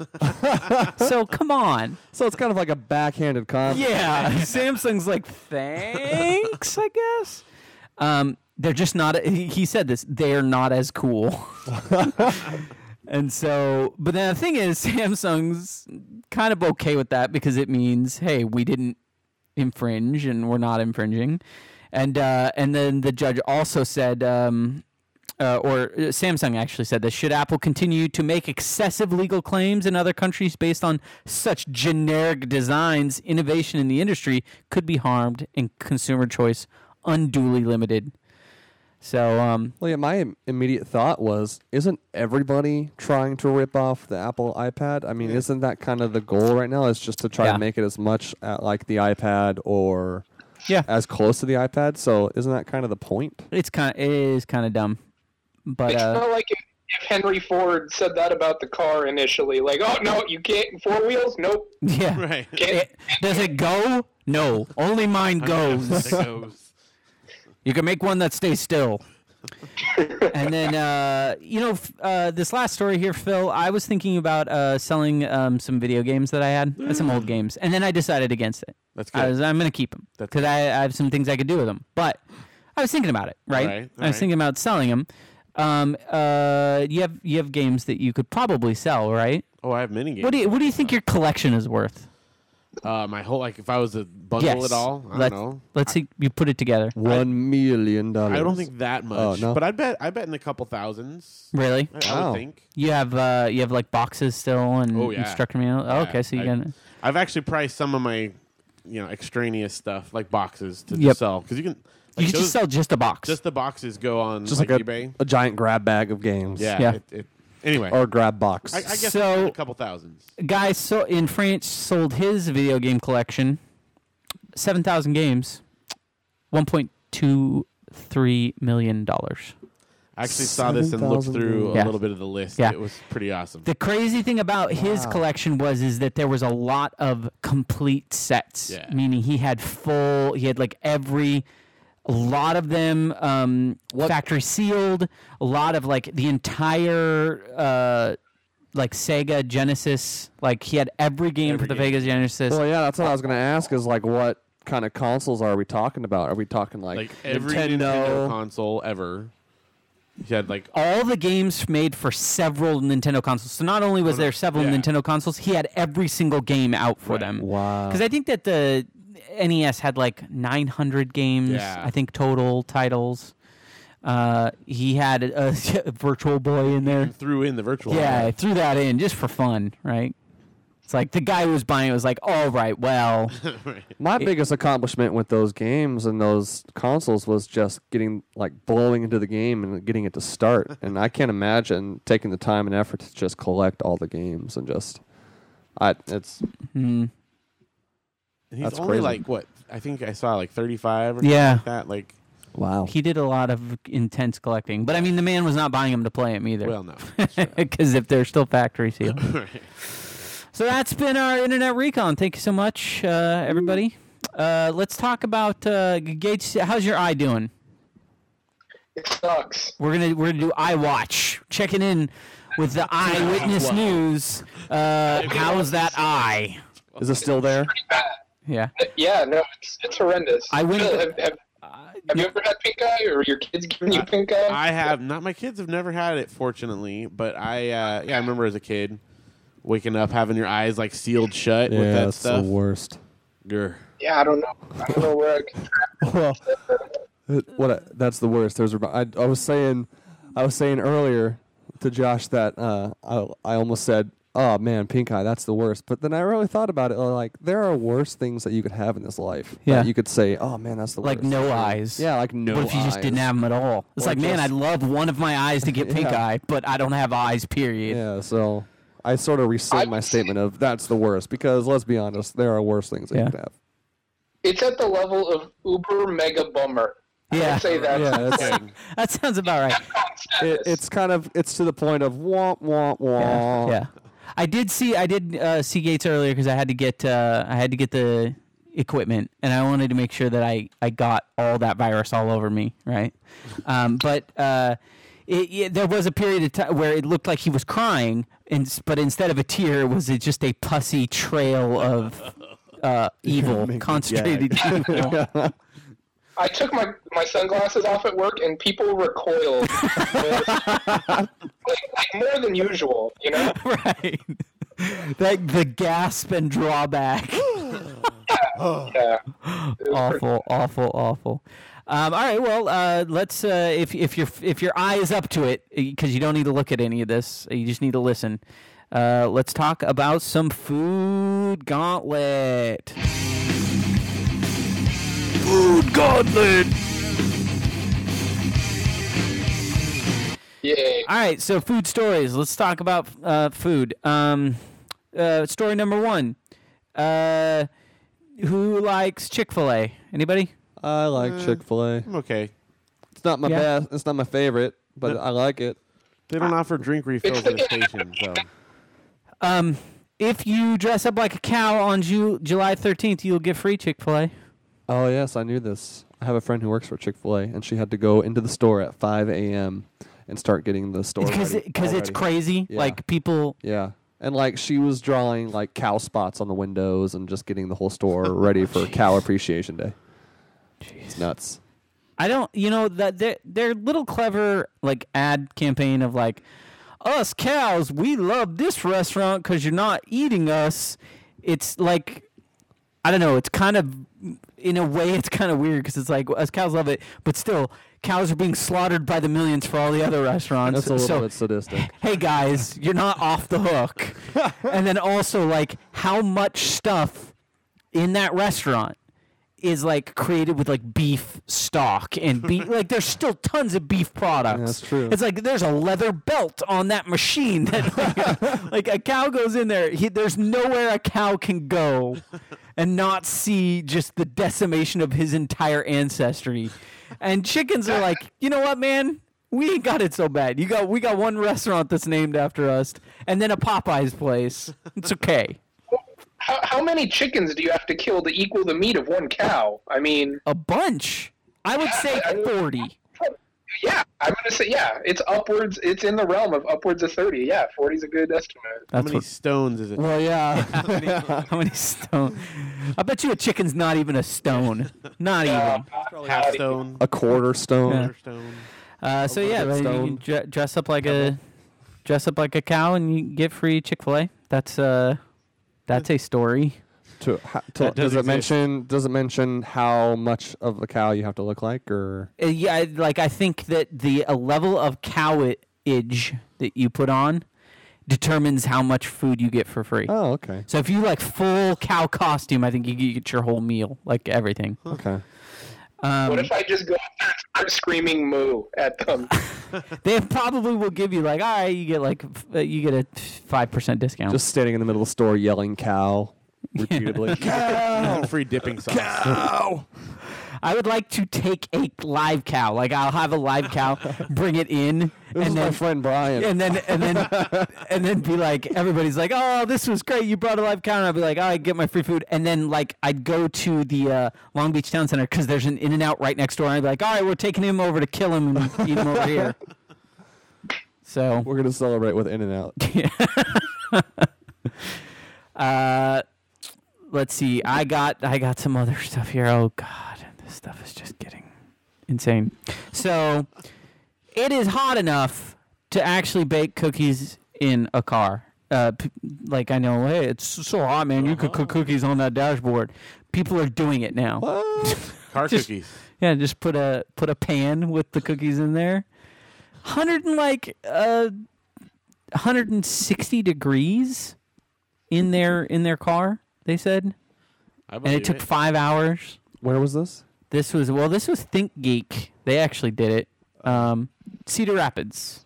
S1: so come on,
S4: So it's kind of like a backhanded compliment.
S1: yeah. Um, Samsung's like, thanks, I guess. Um, they're just not. He he said this. They're not as cool. and so, but then the thing is, Samsung's kind of okay with that because it means, hey, we didn't infringe and we're not infringing. And uh, and then the judge also said, um, uh, or uh, Samsung actually said this: Should Apple continue to make excessive legal claims in other countries based on such generic designs, innovation in the industry could be harmed and consumer choice unduly limited. So um,
S4: Well, yeah, my im- immediate thought was, isn't everybody trying to rip off the Apple iPad? I mean, isn't that kind of the goal right now? Is just to try
S1: Yeah.
S4: to make it as much at, like the iPad or
S1: yeah,
S4: as close to the iPad. So, isn't that kind of the point?
S1: it's kind of, it is kind of dumb, but
S3: It's
S1: uh,
S3: not like if, if Henry Ford said that about the car initially, like, "Oh no, you can't four wheels. Nope,
S1: yeah.
S2: Right.
S3: can't."
S1: It, does it go? No, only mine goes.
S2: goes.
S1: You can make one that stays still. and then, uh, you know, f- uh, this last story here, Phil, I was thinking about uh, selling um, some video games that I had, uh, some
S2: Mm.
S1: old games, and then I decided against it.
S2: That's
S1: I
S2: good.
S1: was, I'm going to keep them
S2: That's
S1: because I, I have some things I could do with them. But I was thinking about it, right?
S2: Alright,
S1: I was
S2: alright.
S1: thinking about selling them. Um, uh, you have you have games that you could probably sell, right?
S2: Oh, I have mini games.
S1: What do you, what do you think your collection is worth?
S2: uh, my whole like if I was to bundle it all, I
S1: let's,
S2: don't know.
S1: Let's see. You put it together.
S4: One million dollars.
S2: I don't think
S1: Oh,
S2: that much.
S4: no.
S2: But I bet I bet in a couple thousands.
S1: Really?
S2: I, I
S4: Wow.
S2: would think.
S1: You have uh, you have like boxes still and
S2: Oh, yeah.
S1: instructor manual. Oh,
S2: Yeah,
S1: okay, so you
S2: I,
S1: can.
S2: I've actually priced some of my, you know, extraneous stuff like boxes to
S1: Yep.
S2: sell because you can.
S1: You
S2: like,
S1: could
S2: those-
S1: just sell just a box.
S2: Just the boxes go on
S4: just
S2: like,
S4: like,
S2: eBay.
S4: a, a giant grab bag of games.
S2: yeah.
S1: Yeah. Oh,
S2: It, it, anyway,
S4: Or grab box.
S2: I, I guess
S1: So-
S2: a couple thousands.
S1: Guy so in France sold his video game collection, seven thousand games, one point two three million dollars.
S2: I actually saw this and looked
S4: 7,000
S2: through
S1: Yeah.
S2: a little bit of the list.
S1: Yeah.
S2: It was pretty awesome.
S1: The crazy thing about his collection was is that there was a lot of complete sets,
S2: Yeah.
S1: meaning he had full, he had like every, a lot of them um, factory sealed, a lot of like the entire uh, like Sega Genesis, like he had every game for the
S2: game.
S1: Sega Genesis.
S4: Well, yeah, that's what I was going to ask is like, what kind of consoles are we talking about? Are we talking like,
S2: like every Nintendo, console ever. He had like
S1: all the games made for several Nintendo consoles. So not only was there several
S2: Oh, yeah.
S1: Nintendo consoles, he had every single game out for them.
S4: Wow.
S1: Because I think that the NES had like 900 games,
S2: Yeah.
S1: I think, total titles. Uh, he had a, a Virtual Boy in there.
S2: threw in the virtual.
S1: Yeah, I
S2: one.
S1: threw that in just for fun, right? It's like the guy who was buying it was like, all right, well,
S4: My biggest accomplishment with those games and those consoles was just getting like blowing into the game and getting it to start. and I can't imagine taking the time and effort to just collect all the games and just I it's
S1: Hmm.
S2: And he's
S4: That's
S2: only
S4: crazy.
S2: like what I think I saw like thirty five. or
S1: Yeah.
S2: something like that like
S4: wow.
S1: he did a lot of intense collecting. But I mean, the man was not buying them to play him either.
S2: well no.
S1: because if they're still factory sealed. so that's been our internet recon. Thank you so much, uh, everybody. Uh, let's talk about uh, Gage. How's your eye doing?
S3: It sucks.
S1: We're gonna we're gonna do eye watch checking in with the eyewitness news. Uh, how's that eye?
S4: Is it still there?
S1: Yeah.
S3: Yeah, no, it's, it's horrendous.
S1: I went-
S3: Phil, have, have, have you ever had pink eye, or your kids giving you pink eye?
S2: I have not. My kids have never had it, fortunately. But I, uh, yeah, I remember as a kid waking up having your eyes like sealed shut with that stuff.
S4: worst.
S2: Grr.
S3: yeah, I don't know. I don't know where I can
S4: well, it- what I, that's the worst. There's I, I was saying, I was saying earlier to Josh that uh, I I almost said, oh man, pink eye, that's the worst. But then I really thought about it. Like there are worse things that you could have in this life. that
S1: Yeah.
S4: you could say, oh man, that's the
S1: Like
S4: worst.
S1: no eyes.
S4: Yeah, like no.
S1: What if you just didn't
S4: eyes.
S1: have them at all? It's
S4: Or
S1: like, man,
S4: just-
S1: I'd love one of my eyes to get pink
S4: Yeah.
S1: eye, but I don't have eyes. Period.
S4: Yeah, so. I sort of rescind my statement of that's the worst because let's be honest, there are worse things that
S1: Yeah.
S4: you could have.
S3: It's at the level of uber mega bummer.
S1: Yeah.
S3: I'd say that.
S4: Yeah, it's,
S1: That sounds about right.
S4: it, it's kind of it's to the point of womp womp womp.
S1: Yeah, I did see I did uh, see Gates earlier because I had to get uh, I had to get the equipment and I wanted to make sure that I I got all that virus all over me, right? Um, but uh, it, it, there was a period of time where it looked like he was crying, and s- but instead of a tear, was it just a pussy trail of uh, evil, concentrated evil?
S3: I took my, my sunglasses off at work, and people recoiled like, like more than usual. You know,
S1: right. Like the gasp and drawback.
S3: Yeah.
S1: awful, awful, awful. Um, all right, well, uh, let's. Uh, if if your if your eye is up to it, because you don't need to look at any of this, you just need to listen. Uh, let's talk about some food gauntlet. Food gauntlet.
S3: Yay.
S1: All right, so food stories. Let's talk about uh, food. Um, uh, story number one. Uh, who likes Chick Fil A? Anybody?
S4: I like
S2: Mm.
S4: Chick Fil A.
S2: I'm okay.
S4: It's not my
S1: Yeah.
S4: best. It's not my favorite, but
S2: No.
S4: I like it.
S2: They don't offer drink refills at the station, so
S1: Um, if you dress up like a cow on Ju- July 13th, you'll get free Chick fil A.
S4: Oh yes, I knew this. I have a friend who works for Chick Fil A, and she had to go into the store at 5 a.m. and start getting the store
S1: Because
S4: ready
S1: it's
S4: already.
S1: crazy.
S4: Yeah.
S1: Like, people.
S4: Yeah, and like she was drawing like cow spots on the windows and just getting the whole
S1: Oh,
S4: store ready for Cow Appreciation Day. It's nuts.
S1: I don't, you know, that their, their little clever, like, ad campaign of, like, us cows, we love this restaurant because you're not eating us. It's like, I don't know, it's kind of, in a way, it's kind of weird because it's like, us cows love it, but still, cows are being slaughtered by the millions for all the other restaurants.
S4: That's a little
S1: So-
S4: bit sadistic.
S1: hey guys, you're not off the hook. and then also like how much stuff in that restaurant is like created with like beef stock and beef like there's still tons of beef products.
S4: that's true.
S1: It's like there's a leather belt on that machine that like, a cow goes in there. He, there's nowhere a cow can go and not see just the decimation of his entire ancestry. And chickens are like, you know what, man? We ain't got it so bad. You got we got one restaurant that's named after us, and then a Popeyes place. It's okay.
S3: How, how many chickens do you have to kill to equal the meat of one cow? I mean,
S1: A bunch. I would say forty.
S3: yeah, I'm gonna say yeah. It's upwards. It's in the realm of upwards of thirty. Yeah, forty's a good estimate.
S2: how
S1: That's
S2: many
S1: what,
S2: stones is it?
S4: Well, yeah.
S1: how many stone. I bet you a chicken's not even a stone. Not
S3: Um,
S1: even.
S2: Half stone,
S4: a quarter stone.
S1: Yeah.
S2: quarter stone.
S1: Uh, so yeah,
S4: Red
S1: you
S4: Stone.
S1: can dre- dress up like a dress up like a cow and you get free Chick Fil A. That's uh, that's a story.
S4: To, ha, to,
S2: That does
S4: does, it
S2: exist.
S4: mention? Does it mention how much of the cow you have to look like, or
S1: Uh, yeah, I- like I think that the a level of cowage that you put on determines how much food you get for free.
S4: oh, okay,
S1: So if you like full cow costume, I think you get your whole meal, like everything.
S4: okay.
S3: What if I just go up there and start screaming moo at them?
S1: They probably will give you like, all right, you get like f- uh, you get a five percent discount.
S4: Just standing in the middle of the store yelling "cow" repeatedly.
S2: And free
S1: Oh,
S2: dipping sauce.
S1: I would like to take a live cow. Like I'll have a live cow, bring it in,
S4: This is
S1: and
S4: my
S1: then
S4: friend Brian.
S1: and then and then and then be like, everybody's like, "Oh, this was great! You brought a live cow." And I'd be like, "All right, get my free food." And then like I'd go to the uh, Long Beach Town Center because there's an In and Out right next door, and I'd be like, "All right, we're taking him over to kill him and eat him over here." So
S4: We're gonna celebrate with In and Out.
S1: Uh, let's see. I got I got some other stuff here. Oh God, this stuff is just getting insane. So it is hot enough to actually bake cookies in a car. Uh, p- like I know, hey, it's so hot, man. You could cook cookies on that dashboard. People are doing it now.
S2: Car
S1: Just-
S2: cookies.
S1: Yeah, just put a put a pan with the cookies in there. Hundred and like uh, hundred and sixty degrees in their in their car. They said,
S2: I
S1: and
S2: believe
S1: it took five hours.
S4: Where was this?
S1: This was well, this was Think Geek. They actually did it. Um, Cedar Rapids.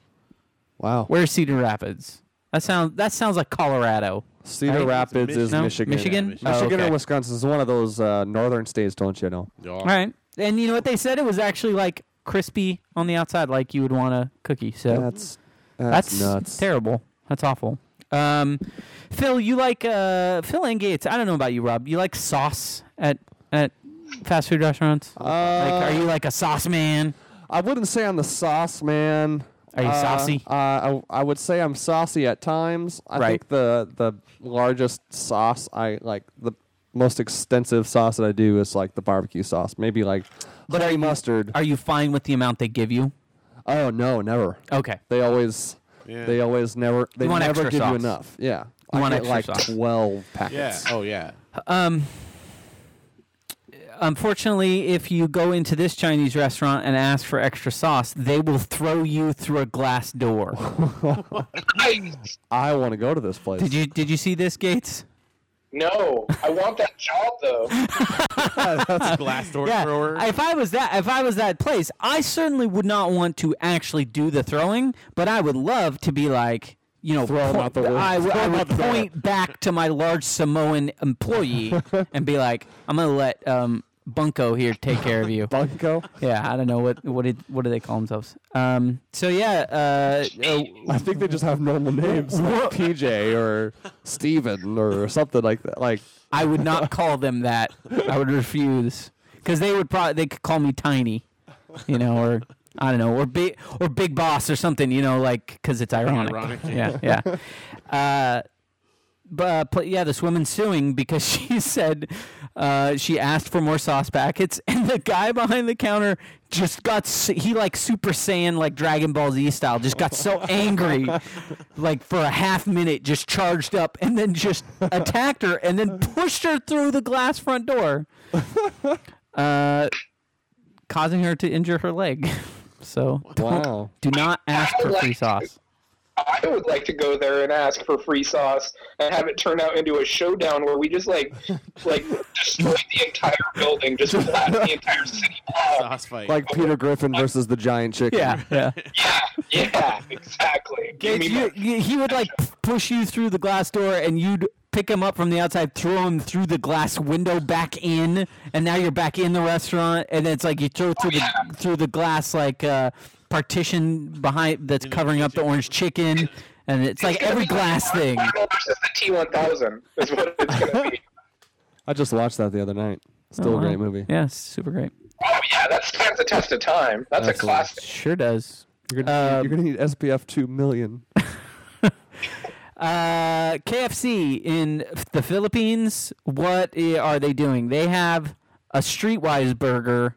S4: Wow.
S1: Where's Cedar Rapids? That sounds that sounds like Colorado. I
S4: Cedar
S1: think
S2: it's
S4: Rapids is
S2: Michigan. No,
S4: Michigan.
S1: Michigan.
S2: Michigan.
S1: Oh,
S4: Michigan
S1: okay.
S4: or Wisconsin is one of those uh, northern states, don't you know?
S2: Yeah.
S1: All right. And you know what they said? It was actually like crispy on the outside, like you would want a cookie. So
S4: That's that's,
S1: That's
S4: nuts.
S1: terrible. That's awful. Um, Phil, you like uh, Phil and Gates. I don't know about you, Rob. You like sauce at at fast food restaurants? like,
S4: Uh,
S1: are you like a sauce man?
S4: I wouldn't say I'm the sauce man.
S1: Are you
S4: Uh,
S1: saucy?
S4: Uh, I, I would say I'm saucy at times. I
S1: Right.
S4: think the the largest sauce I like the most extensive sauce that I do is like the barbecue sauce. Maybe like
S1: But are
S4: honey
S1: you-
S4: mustard.
S1: Are you fine with the amount they give you?
S4: oh no, never.
S1: Okay.
S4: They always
S2: Yeah.
S4: they always never they
S1: want
S4: never
S1: extra
S4: give
S1: sauce.
S4: you enough. Yeah.
S1: One
S4: I get
S1: extra
S4: like
S1: sauce.
S4: twelve
S2: Yeah.
S4: packets.
S2: Oh yeah.
S1: Unfortunately, if you go into this Chinese restaurant and ask for extra sauce, they will throw you through a glass door.
S3: Nice.
S4: I want to go to this place.
S1: did you did you see this, Gates?
S3: No, I want that job though.
S2: Glass door
S1: Yeah.
S2: thrower.
S1: If I was that if I was that place, I certainly would not want to actually do the throwing, but I would love to be like you know,
S4: Throw 'em
S1: po-
S4: out the window.
S1: I, would-
S4: Throw
S1: I
S4: 'em
S1: would
S4: out the
S1: point back to my large Samoan employee and be like, "I'm gonna let um, Bunko here take care of you."
S4: Bunko?
S1: yeah, I don't know what what did, what do they call themselves. Um, so yeah, uh, uh,
S4: I think they just have normal names, like PJ or Steven or something like that. Like
S1: I would not call them that. I would refuse because they would probably they could call me tiny, you know, or I don't know, or big or big boss or something, you know, like because it's ironic.
S2: Ironic,
S1: Yeah, yeah. uh, but uh, pl- yeah, this woman suing because she said uh, she asked for more sauce packets, and the guy behind the counter just got s- he like Super Saiyan like Dragon Ball Z style just got so angry, like for a half minute just charged up and then just attacked her and then pushed her through the glass front door, uh, causing her to injure her leg. So don't-
S4: wow.
S1: do not ask for free sauce.
S3: I would like to go there and ask for free sauce and have it turn out into a showdown where we just like like destroy the entire building, just blast the entire city block.
S2: Sauce fight.
S4: Like Peter Griffin versus the giant chicken.
S1: Yeah, yeah.
S3: Yeah, yeah, exactly. Give me
S1: you,
S3: my-
S1: you- he would like p- push you through the glass door, and you'd pick him up from the outside, throw him through the glass window back in, and now you're back in the restaurant, and it's like you throw through the
S3: yeah.
S1: through the glass like uh, partition behind that's covering up the orange chicken, and it's like every glass thing.
S3: Arnold versus the T1000 is what it's gonna be.
S4: I just watched that the other night. Still a great movie.
S1: Yeah, it's super great.
S3: Oh yeah, that stands the test of time. That's
S4: Absolutely.
S3: a classic.
S1: Sure does.
S4: You're gonna, you're gonna need SPF two million.
S1: Uh, KFC in the Philippines, what i- are they doing? They have a Streetwise burger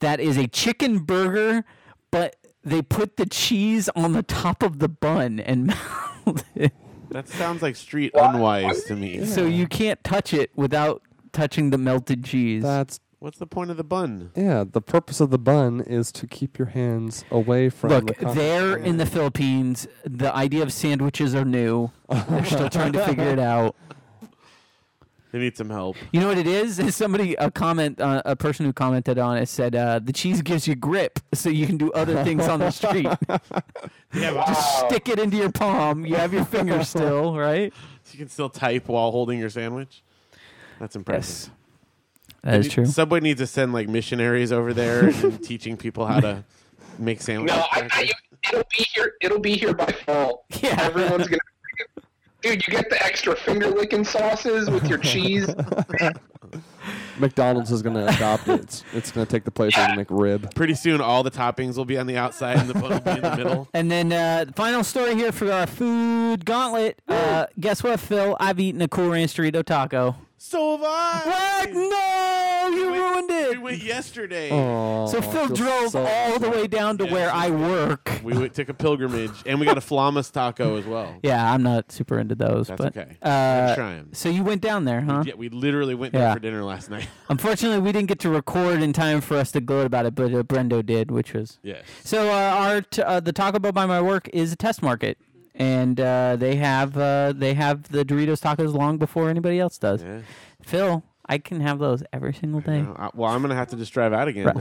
S1: that is a chicken burger, but they put the cheese on the top of the bun and melt it.
S2: that sounds like street unwise to me.
S1: So you can't touch it without touching the melted cheese.
S4: That's
S2: What's the point of the bun?
S4: yeah. The purpose of the bun is to keep your hands away from. the
S1: Look,
S4: con-
S1: there in the Philippines, the idea of sandwiches are new. They're still trying to figure it out.
S2: They need some help.
S1: You know what it is? Somebody a comment uh, a person who commented on it said uh, the cheese gives you grip, so you can do other things on the street.
S2: Yeah, uh,
S3: Oh,
S1: Just stick it into your palm. You have your finger still, right?
S2: you can still type while holding your sandwich. That's impressive.
S1: that is
S2: You-
S1: true.
S2: Subway needs to send like missionaries over there and teaching people how to make sandwiches.
S3: No, I, I,
S2: correctly.
S3: it'll be here. It'll be here by fall.
S1: Yeah.
S3: everyone's gonna. Dude, you get the extra finger licking sauces with your cheese.
S4: McDonald's is gonna adopt it. It's, it's gonna take the place of the McRib.
S2: Pretty soon, all the toppings will be on the outside and the bun will be in the middle.
S1: And then uh, the final story here for our food gauntlet. Uh, guess what, Phil? I've eaten a Cool Ranch Dorito taco.
S2: So have I.
S1: What? No, you ruined
S2: We
S1: it.
S2: went yesterday.
S4: Oh,
S1: So
S4: I
S1: Phil
S4: feel
S1: drove
S4: so-
S1: all the way down to
S2: Yeah.
S1: where I work.
S2: We went, took a pilgrimage and we got a flamas taco as well.
S1: Yeah, I'm not super into those,
S2: That's
S1: but
S2: okay.
S1: uh,
S2: Let's try 'em.
S1: so you went down there, huh?
S2: Yeah, we literally went there
S1: Yeah.
S2: for dinner last night.
S1: Unfortunately, we didn't get to record in time for us to gloat about it, but uh, Brendo did, which was
S2: Yes.
S1: So uh, our t- uh, the Taco Bell by my work is a test market, and uh, they have uh, they have the Doritos tacos long before anybody else does.
S2: Yeah.
S1: Phil, I can have those every single day.
S2: No, I- well, I'm gonna have to just drive out again.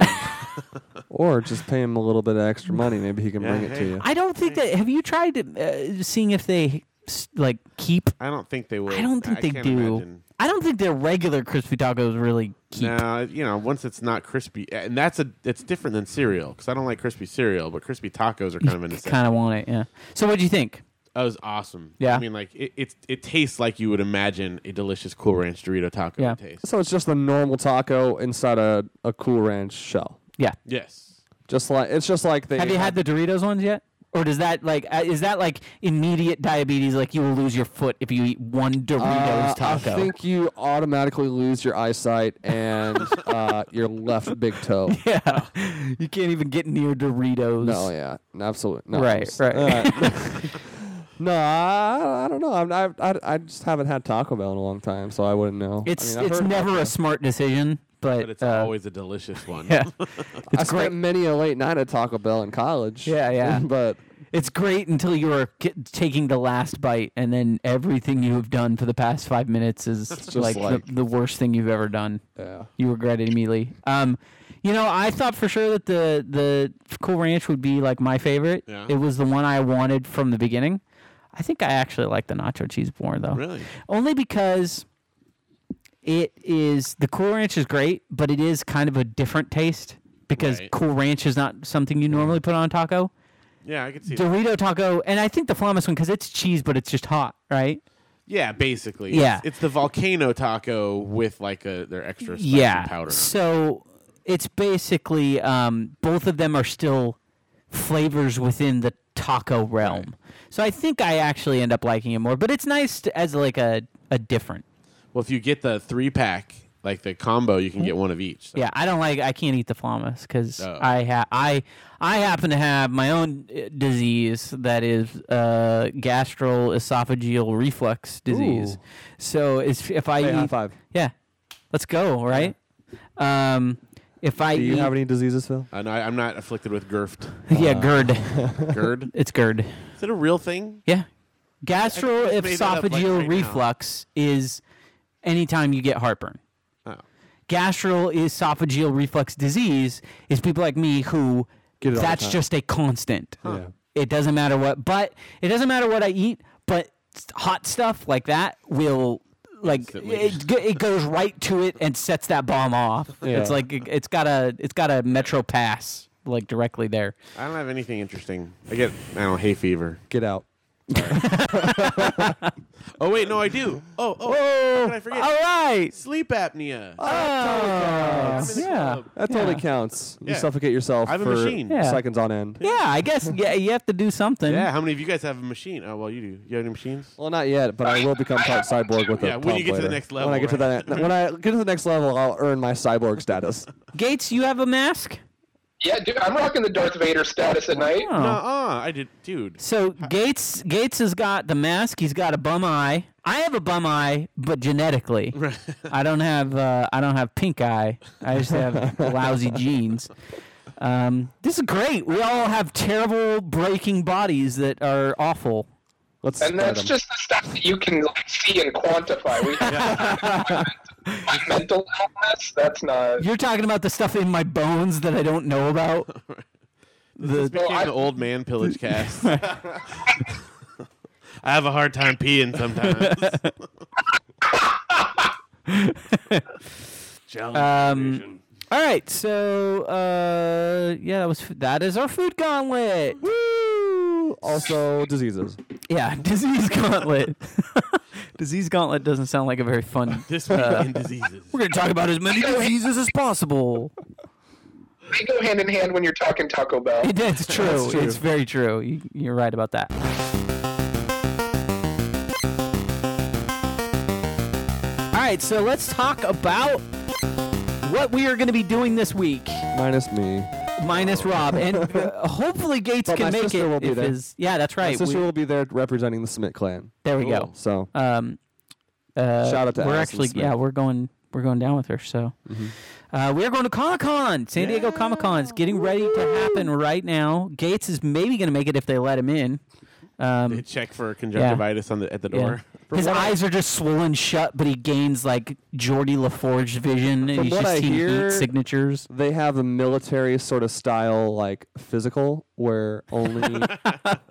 S4: Or just pay him a little bit of extra money. Maybe he can
S2: Yeah,
S4: bring it to
S2: hey.
S4: you.
S1: I don't think that. Have you tried uh, seeing if they s- like keep?
S2: I don't think they will.
S1: I don't think they
S2: can't
S1: do.
S2: imagine.
S1: I don't think their regular crispy tacos really keep.
S2: No, you know, once it's not crispy, and that's a it's different than cereal because I don't like crispy cereal, but crispy tacos are kind of in the same.
S1: Kind of want it, yeah. So what do you think?
S2: That was awesome.
S1: Yeah.
S2: I mean, like it, it it tastes like you would imagine a delicious Cool Ranch Dorito taco
S1: Yeah.
S2: would taste.
S4: So it's just a normal taco inside a, a Cool Ranch shell.
S1: Yeah.
S2: Yes.
S4: Just like it's just like they
S1: Have you had the Doritos ones yet? Or does that like uh, is that like immediate diabetes? Like you will lose your foot if you eat one Doritos
S4: Uh,
S1: taco.
S4: I think you automatically lose your eyesight and uh, your left big toe.
S1: yeah, you can't even get near Doritos.
S4: No, yeah, absolutely. No,
S1: Right,
S4: I'm s-
S1: right.
S4: uh, No, I, I don't know. I'm, I, I I just haven't had Taco Bell in a long time, so I wouldn't know. I
S1: It's
S4: mean, I've
S1: it's
S4: heard about
S1: never a smart decision, but,
S2: But it's
S1: uh,
S2: always a delicious one.
S1: yeah,
S4: I
S1: it's
S4: spent
S1: great.
S4: many a late night at Taco Bell in college.
S1: Yeah, yeah.
S4: but
S1: It's great until you are ki- taking the last bite, and then everything you have done for the past five minutes is like,
S4: like-
S1: the, the worst thing you've ever done.
S4: yeah,
S1: You regret it immediately. Um, you know, I thought for sure that the the Cool Ranch would be like my favorite.
S2: Yeah.
S1: It was the one I wanted from the beginning. I think I actually like the nacho cheese more though.
S2: Really?
S1: Only because it is the Cool Ranch is great, but it is kind of a different taste because
S2: Right.
S1: Cool Ranch is not something you normally put on a taco.
S2: Yeah, I could see that.
S1: Dorito taco, and I think the Flamas one because it's cheese, but it's just hot, right?
S2: Yeah, basically.
S1: Yeah.
S2: It's, it's the volcano taco with like a their extra spice
S1: yeah.
S2: and powder. on it.
S1: So it's basically um, both of them are still flavors within the taco realm. So I think I actually end up liking it more, but it's nice to, as like a a different.
S2: Well, if you get the three pack, like the combo, you can get one of each. So-
S1: Yeah, I don't like. I can't eat the flamas because
S2: Oh.
S1: I ha- I I happen to have my own uh, disease that is uh, gastroesophageal reflux disease.
S4: Ooh.
S1: So it's, if I
S4: Hey,
S1: eat,
S4: high five.
S1: yeah, let's go right. Um, if I
S4: Do you
S1: eat,
S4: have any Uh, diseases, Phil?
S2: Uh, no, I, I'm not afflicted with GERFT.
S1: yeah GERD,
S2: GERD?
S1: it's GERD.
S2: Is it a real thing?
S1: Yeah,
S2: just made that up, like,
S1: gastroesophageal
S2: right now.
S1: reflux is anytime you get heartburn.
S2: Oh.
S1: gastroesophageal reflux disease is people like me who
S4: Get it all the
S1: that's
S4: time.
S1: just a constant.
S4: Huh.
S1: It doesn't matter what, but it doesn't matter what I eat, but s- hot stuff like that will like
S2: Instantly.
S1: it, go- it goes right to it and sets that bomb off.
S4: Yeah.
S1: It's like it, has got a it's got a metro pass like directly there.
S2: I don't have anything interesting. I get, I don't know, hay fever.
S4: Get out.
S2: Oh, wait, no, I do. Oh, oh. How
S1: Oh, Um,
S2: could I forget?
S1: all right.
S2: Sleep apnea.
S1: Oh,
S2: I'm in the
S1: yeah.
S2: club.
S4: That totally counts. You
S2: Yeah.
S4: suffocate yourself
S2: I'm a
S4: for
S2: machine.
S1: Yeah.
S4: seconds on end.
S1: Yeah, I guess yeah, you have to do something.
S2: Yeah, how many of you guys have a machine? Oh, well, you do. You have any machines?
S4: Well, not yet, but I will become part cyborg with a
S2: Yeah, when you get
S4: pump
S2: to the
S4: later.
S2: next
S4: When I
S2: level,
S4: get to that, when I get to the next level, I'll earn my cyborg status.
S1: Gates, you have a mask?
S3: Yeah, dude, I'm rocking the Darth Vader status at night.
S1: Oh.
S2: Nuh-uh, Uh, I did. Dude.
S1: So Gates Gates has got the mask. He's got a bum eye. I have a bum eye, but genetically, I don't have uh, I don't have pink eye. I just have lousy genes. Um, this is great. We all have terrible breaking bodies that are awful.
S4: Let's
S3: And
S4: spread
S3: that's
S4: 'em.
S3: just the stuff that you can like, see and quantify. We my mental illness. That's not.
S1: You're talking about the stuff in my bones that I don't know about.
S2: This
S1: The
S2: became
S3: I-
S2: the old man pillage cast. I have a hard time peeing sometimes.
S1: um. All right. So uh, yeah, that was f- that is our food gauntlet.
S4: Woo! also diseases.
S1: Yeah, disease gauntlet. disease gauntlet doesn't sound like a very fun.
S2: this week in diseases.
S1: We're gonna talk about as many diseases as possible.
S3: They go hand in hand when you're talking Taco Bell.
S1: That's true.
S4: true.
S1: It's very true. You, you're right about that. All right, so let's talk about what we are going to be doing this week,
S4: Minus me.
S1: minus Rob, and uh, hopefully Gates
S4: But
S1: can
S4: my
S1: make
S4: sister
S1: it.
S4: will be
S1: if
S4: there.
S1: his- yeah, that's right.
S4: My sister
S1: We-
S4: will be there representing the Smith clan.
S1: there we go.
S4: So
S1: Um, uh,
S4: Shout out to
S1: we're
S4: Allison
S1: actually
S4: Smith. Mm-hmm.
S1: yeah we're going we're going down with her so uh, we're going to Comic Con San Diego Comic Con it's getting ready to happen right now Gates is maybe going to make it if they let him in
S2: They
S1: um,
S2: check for conjunctivitis on the at the
S1: yeah.
S2: door.
S1: his eyes are just swollen shut but he gains like Geordie LaForge vision and
S4: From
S1: he's
S4: what
S1: just
S4: I
S1: he
S4: hear-
S1: eats signatures
S4: they have a military sort of style, like physical, where only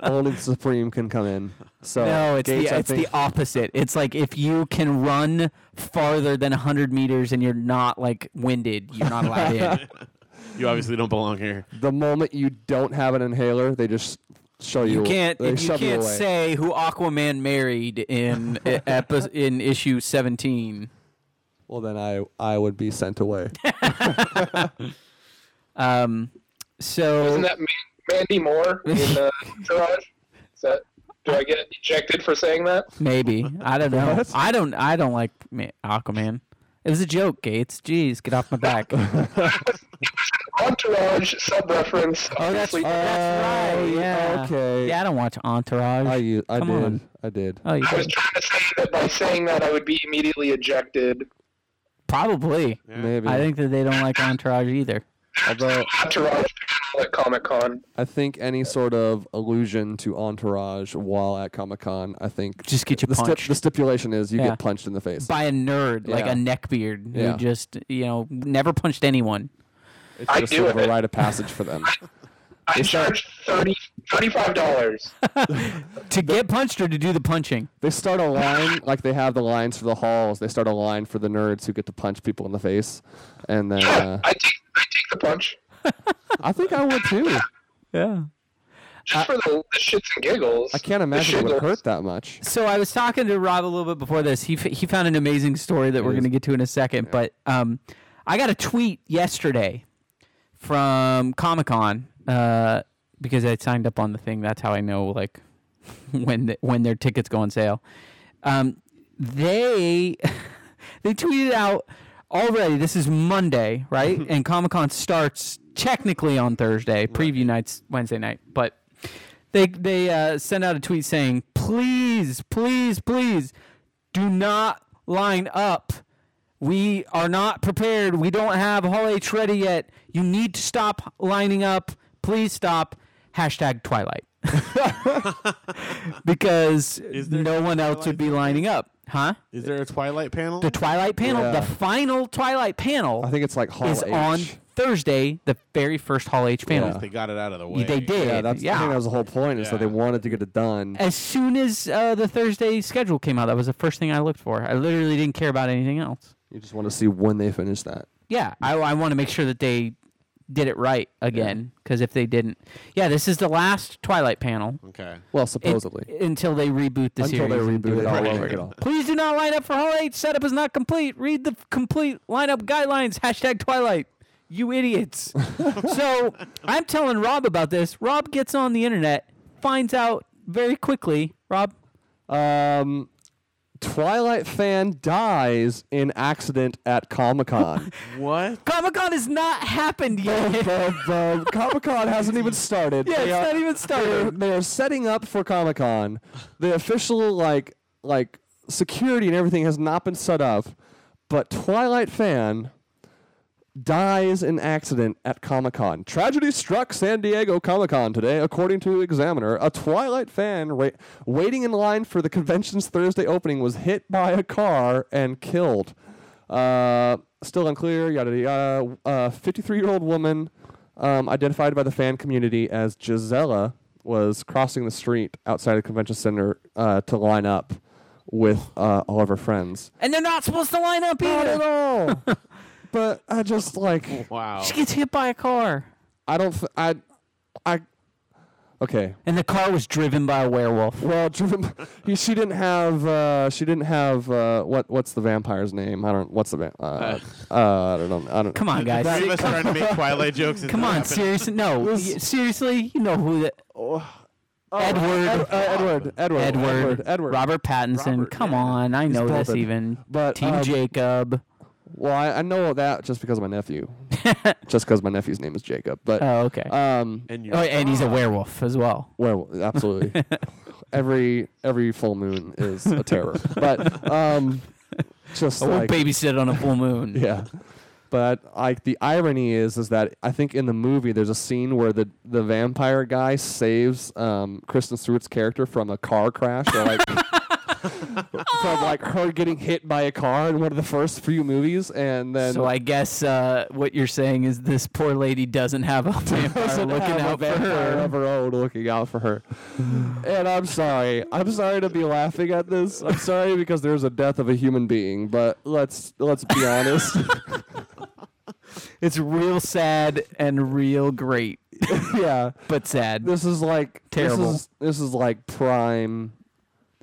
S4: only the Supreme can come in. So
S1: no it's
S4: Gates,
S1: the
S4: I
S1: it's
S4: think,
S1: the opposite it's like if you can run farther than 100 meters and you're not like winded you're not allowed in
S2: You obviously don't belong here.
S4: the moment you don't have an inhaler, they just show you.
S1: You can't.
S4: They
S1: You
S4: shove
S1: can't
S4: away.
S1: say who Aquaman married in i- epi- in issue seventeen.
S4: Well, then I I would be sent away.
S1: Um, so
S3: Isn't that Man- Mandy Moore in uh, Entourage? Is that? Do I get ejected for saying that?
S1: maybe I don't know.
S4: What?
S1: I don't. I don't like Ma- Aquaman. It was a joke, Gates. Jeez, get off my back.
S3: It was Entourage sub reference.
S1: Oh, that's,
S3: obviously.
S1: that's
S4: Oh,
S1: right. Yeah.
S4: okay.
S1: Yeah, I don't watch Entourage.
S4: I u- I
S1: Come
S4: did.
S1: on.
S4: I did.
S1: Oh, you
S3: I was
S1: did.
S3: trying to say that by saying that I would be immediately ejected.
S1: Probably.
S4: Maybe.
S1: I think that they don't like Entourage either.
S4: Although
S3: Entourage at Comic Con.
S4: I think any sort of allusion to entourage while at Comic Con, I think
S1: Just get you
S4: the, stip-
S1: punched.
S4: the stipulation is you
S1: Yeah.
S4: get punched in the face.
S1: By a nerd, like
S4: Yeah.
S1: a neckbeard, who
S4: Yeah.
S1: just, you know, never punched anyone.
S4: It's
S3: I
S4: just
S3: do
S4: sort of a
S3: it.
S4: rite of passage for them.
S3: I charged thirty thirty-five dollars.
S1: To get punched or to do the punching?
S4: They start a line like they have the lines for the halls. They start a line for the nerds who get to punch people in the face, and then uh,
S3: I take I take the punch
S4: I think I would too.
S1: Yeah.
S3: just for the, the shits and giggles.
S4: I can't imagine it would hurt that much.
S1: So I was talking to Rob a little bit before this. He f- he found an amazing story that we're going to get to in a second. But um, I got a tweet yesterday from Comic Con uh, because I signed up on the thing. That's how I know like when the, when their tickets go on sale. Um, they they tweeted out already. This is Monday, right? and Comic Con starts technically on Thursday. Preview nights Wednesday night, but they they uh, sent out a tweet saying, "Please, please, please, do not line up. We are not prepared. We don't have Hall H ready yet. You need to stop lining up. Please stop." Hashtag Twilight, because
S2: there
S1: no one else would be lining up, huh?
S2: Is there a Twilight panel?
S1: The Twilight panel,
S4: Yeah.
S1: the final Twilight panel,
S4: I think it's like Hall
S1: is
S4: H.
S1: on Thursday, the very first Hall H panel.
S4: Yeah.
S2: they got it out of the way.
S1: They did,
S4: yeah, that's I think that was the whole point is that they
S2: Yeah.
S4: wanted to get it done.
S1: as soon as uh, the Thursday schedule came out, that was the first thing I looked for. I literally didn't care about anything else.
S4: You just want to see when they finish that.
S1: Yeah, I, I want to make sure that they did it right again because if they didn't, yeah, this is the last Twilight panel
S2: Okay.
S4: Well,
S1: It-
S4: supposedly.
S1: until they reboot the
S4: Until
S1: series.
S4: they
S1: and do
S4: reboot it all
S1: right.
S4: over again.
S1: Please do not line up for Hall H. Setup is not complete. Read the complete lineup guidelines. Hashtag Twilight. You idiots. so I'm telling Rob about this. Rob gets on the internet, finds out very quickly. Rob,
S4: Um, Twilight fan dies in accident at Comic Con.
S2: What?
S1: Comic Con has not happened yet.
S4: Comic Con hasn't even started.
S1: Yeah,
S4: They
S1: it's
S4: are-
S1: not even
S4: They're,
S1: started.
S4: they're setting up for Comic Con. The official like like security and everything has not been set up, but Twilight fan dies in accident at Comic Con. Tragedy struck San Diego Comic Con today, according to Examiner. A Twilight fan ra- waiting in line for the convention's Thursday opening was hit by a car and killed. Uh, still unclear, yada yada. A 53 year old woman um, identified by the fan community as Gisela was crossing the street outside the convention center uh, to line up with uh, all of her friends.
S1: And they're not supposed to line up
S4: Not at
S1: either.
S4: all. but I just like
S2: Wow.
S1: She gets hit by a car.
S4: I don't th- I I okay.
S1: And the car was driven by a werewolf.
S4: Well, driven. he- she didn't have. Uh, she didn't have. Uh, what? What's the vampire's name? I don't. What's the? Va- uh, uh, I don't know. I don't.
S1: Come on, guys.
S2: Three of
S1: Se-
S2: us trying to make Twilight jokes. is
S1: Come
S2: not
S1: on,
S2: happening.
S1: seriously. No, y- seriously, you know who the Edward,
S4: Ed- uh, Edward. Edward.
S1: Edward,
S4: Edward. Edward.
S1: Robert Pattinson.
S2: Robert,
S1: Come
S2: yeah.
S1: on, I know this
S4: pulpit.
S1: even.
S4: But,
S1: Team
S4: um,
S1: Jacob.
S4: Well, I, I know that just because of my nephew. just because my nephew's name is Jacob. But
S1: Oh, okay.
S4: um,
S2: And
S1: oh,
S2: you're
S1: and he's a werewolf as well.
S4: Well, absolutely. every every full moon is a terror. but um, just
S1: Or
S4: like
S1: babysit on a full moon.
S4: yeah. But like the irony is, is that I think in the movie there's a scene where the, the vampire guy saves um, Kristen Stewart's character from a car crash, or like from like her getting hit by a car in one of the first few movies, and then
S1: So I guess uh, what you're saying is this poor lady doesn't have a vampire
S4: doesn't
S1: looking
S4: have a
S1: out for
S4: vampire
S1: her.
S4: of her own looking out for her. and I'm sorry. I'm sorry to be laughing at this. I'm sorry because there's a death of a human being, but let's let's be honest.
S1: It's real sad and real great,
S4: yeah.
S1: but sad.
S4: This is like
S1: Terrible.
S4: This is, this is like prime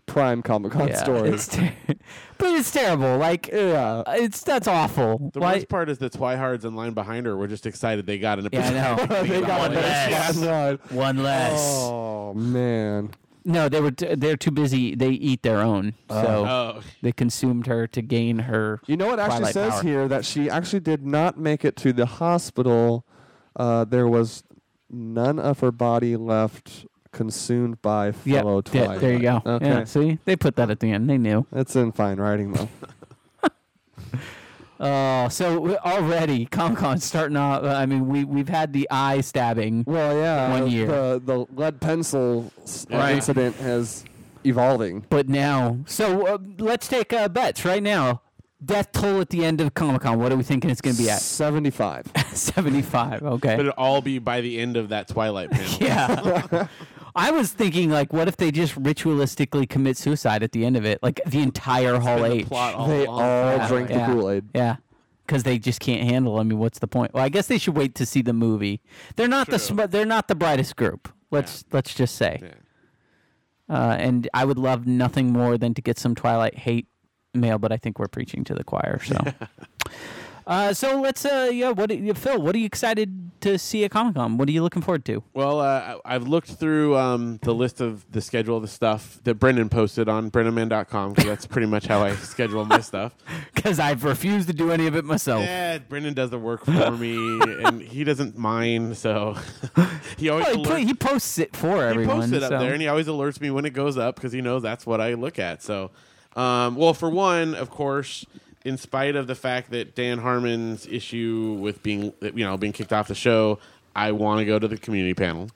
S4: prime Comic Con
S1: Yeah,
S4: story.
S1: it's ter- but it's terrible. Like uh,
S4: yeah.
S1: it's that's awful.
S2: The
S1: Like-
S2: worst part is the Twihards in line behind her were just excited they got an
S1: yeah, I know.
S4: they got
S1: One
S4: the best
S1: less.
S4: line.
S1: One less.
S4: Oh man.
S1: No, they were t- they're too busy. They eat their own, so
S2: Oh,
S1: they consumed her to gain her.
S4: You know what actually
S1: Twilight
S4: says
S1: power.
S4: here that she actually did not make it to the hospital Uh, there was none of her body left consumed by
S1: Yeah.
S4: fellow
S1: yeah,
S4: twilight.
S1: there you go.
S4: Okay.
S1: Yeah, see, they put that at the end. They knew.
S4: It's in fine writing though.
S1: Oh, so we- already Comic Con starting off. I mean, we we've had the eye stabbing.
S4: well, yeah.
S1: One
S4: the-
S1: year.
S4: The, the lead pencil s-
S2: Right.
S4: incident has evolving.
S1: But now, so uh, let's take uh, bets right now. Death toll at the end of Comic Con. What are we thinking it's going to be at?
S4: Seventy-five.
S1: Seventy-five.
S2: But
S1: Okay.
S2: it'll all be by the end of that Twilight panel.
S1: Yeah. I was thinking, like, what if they just ritualistically commit suicide at the end of it, like the entire Hall
S2: Been the
S1: H?
S2: plot all
S4: they
S2: along.
S4: all
S1: Yeah,
S4: drink
S1: yeah,
S4: the Kool-Aid.
S1: Yeah. Because they just can't handle. I mean, what's the point? Well, I guess they should wait to see the movie. They're not the
S2: True.
S1: sm- they're not the brightest group. Let's let's just say.
S2: Yeah.
S1: Uh, and I would love nothing more than to get some Twilight hate mail, but I think we're preaching to the choir. So, uh, so let's uh, yeah. What do you- Phil? What are you excited to see at Comic Con? What are you looking forward to?
S2: Well, uh, I- I've looked through um, the list of the schedule of the stuff that Brendan posted on BrendanMan.com because that's pretty much how I schedule my stuff.
S1: Because I've refused to do any of it myself.
S2: Yeah, Brendan does the work for me, and he doesn't mind. So he always
S1: Well, he, put,
S2: alerts-
S1: he posts it for
S2: he
S1: everyone.
S2: posts it up
S1: so-
S2: there, and he always alerts me when it goes up because he knows that's what I look at. So, um, well, for one, of course, in spite of the fact that Dan Harmon's issue with being you know being kicked off the show, I want to go to the community panel.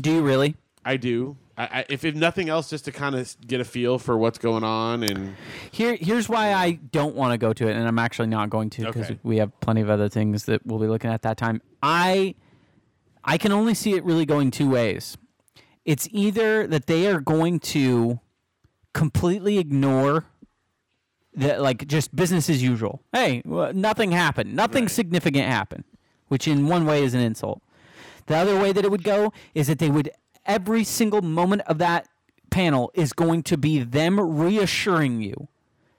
S1: do you really?
S2: I do. I, I, if, if nothing else, just to kind of get a feel for what's going on, and
S1: Here, here's why I don't want to go to it, and I'm actually not going to because
S2: Okay.
S1: we have plenty of other things that we'll be looking at that time. I, I can only see it really going two ways. It's either that they are going to completely ignore that, like just business as usual. Hey, well, nothing happened. Nothing significant happened, which in one way is an insult. The other way that it would go is that they would every single moment of that panel is going to be them reassuring you,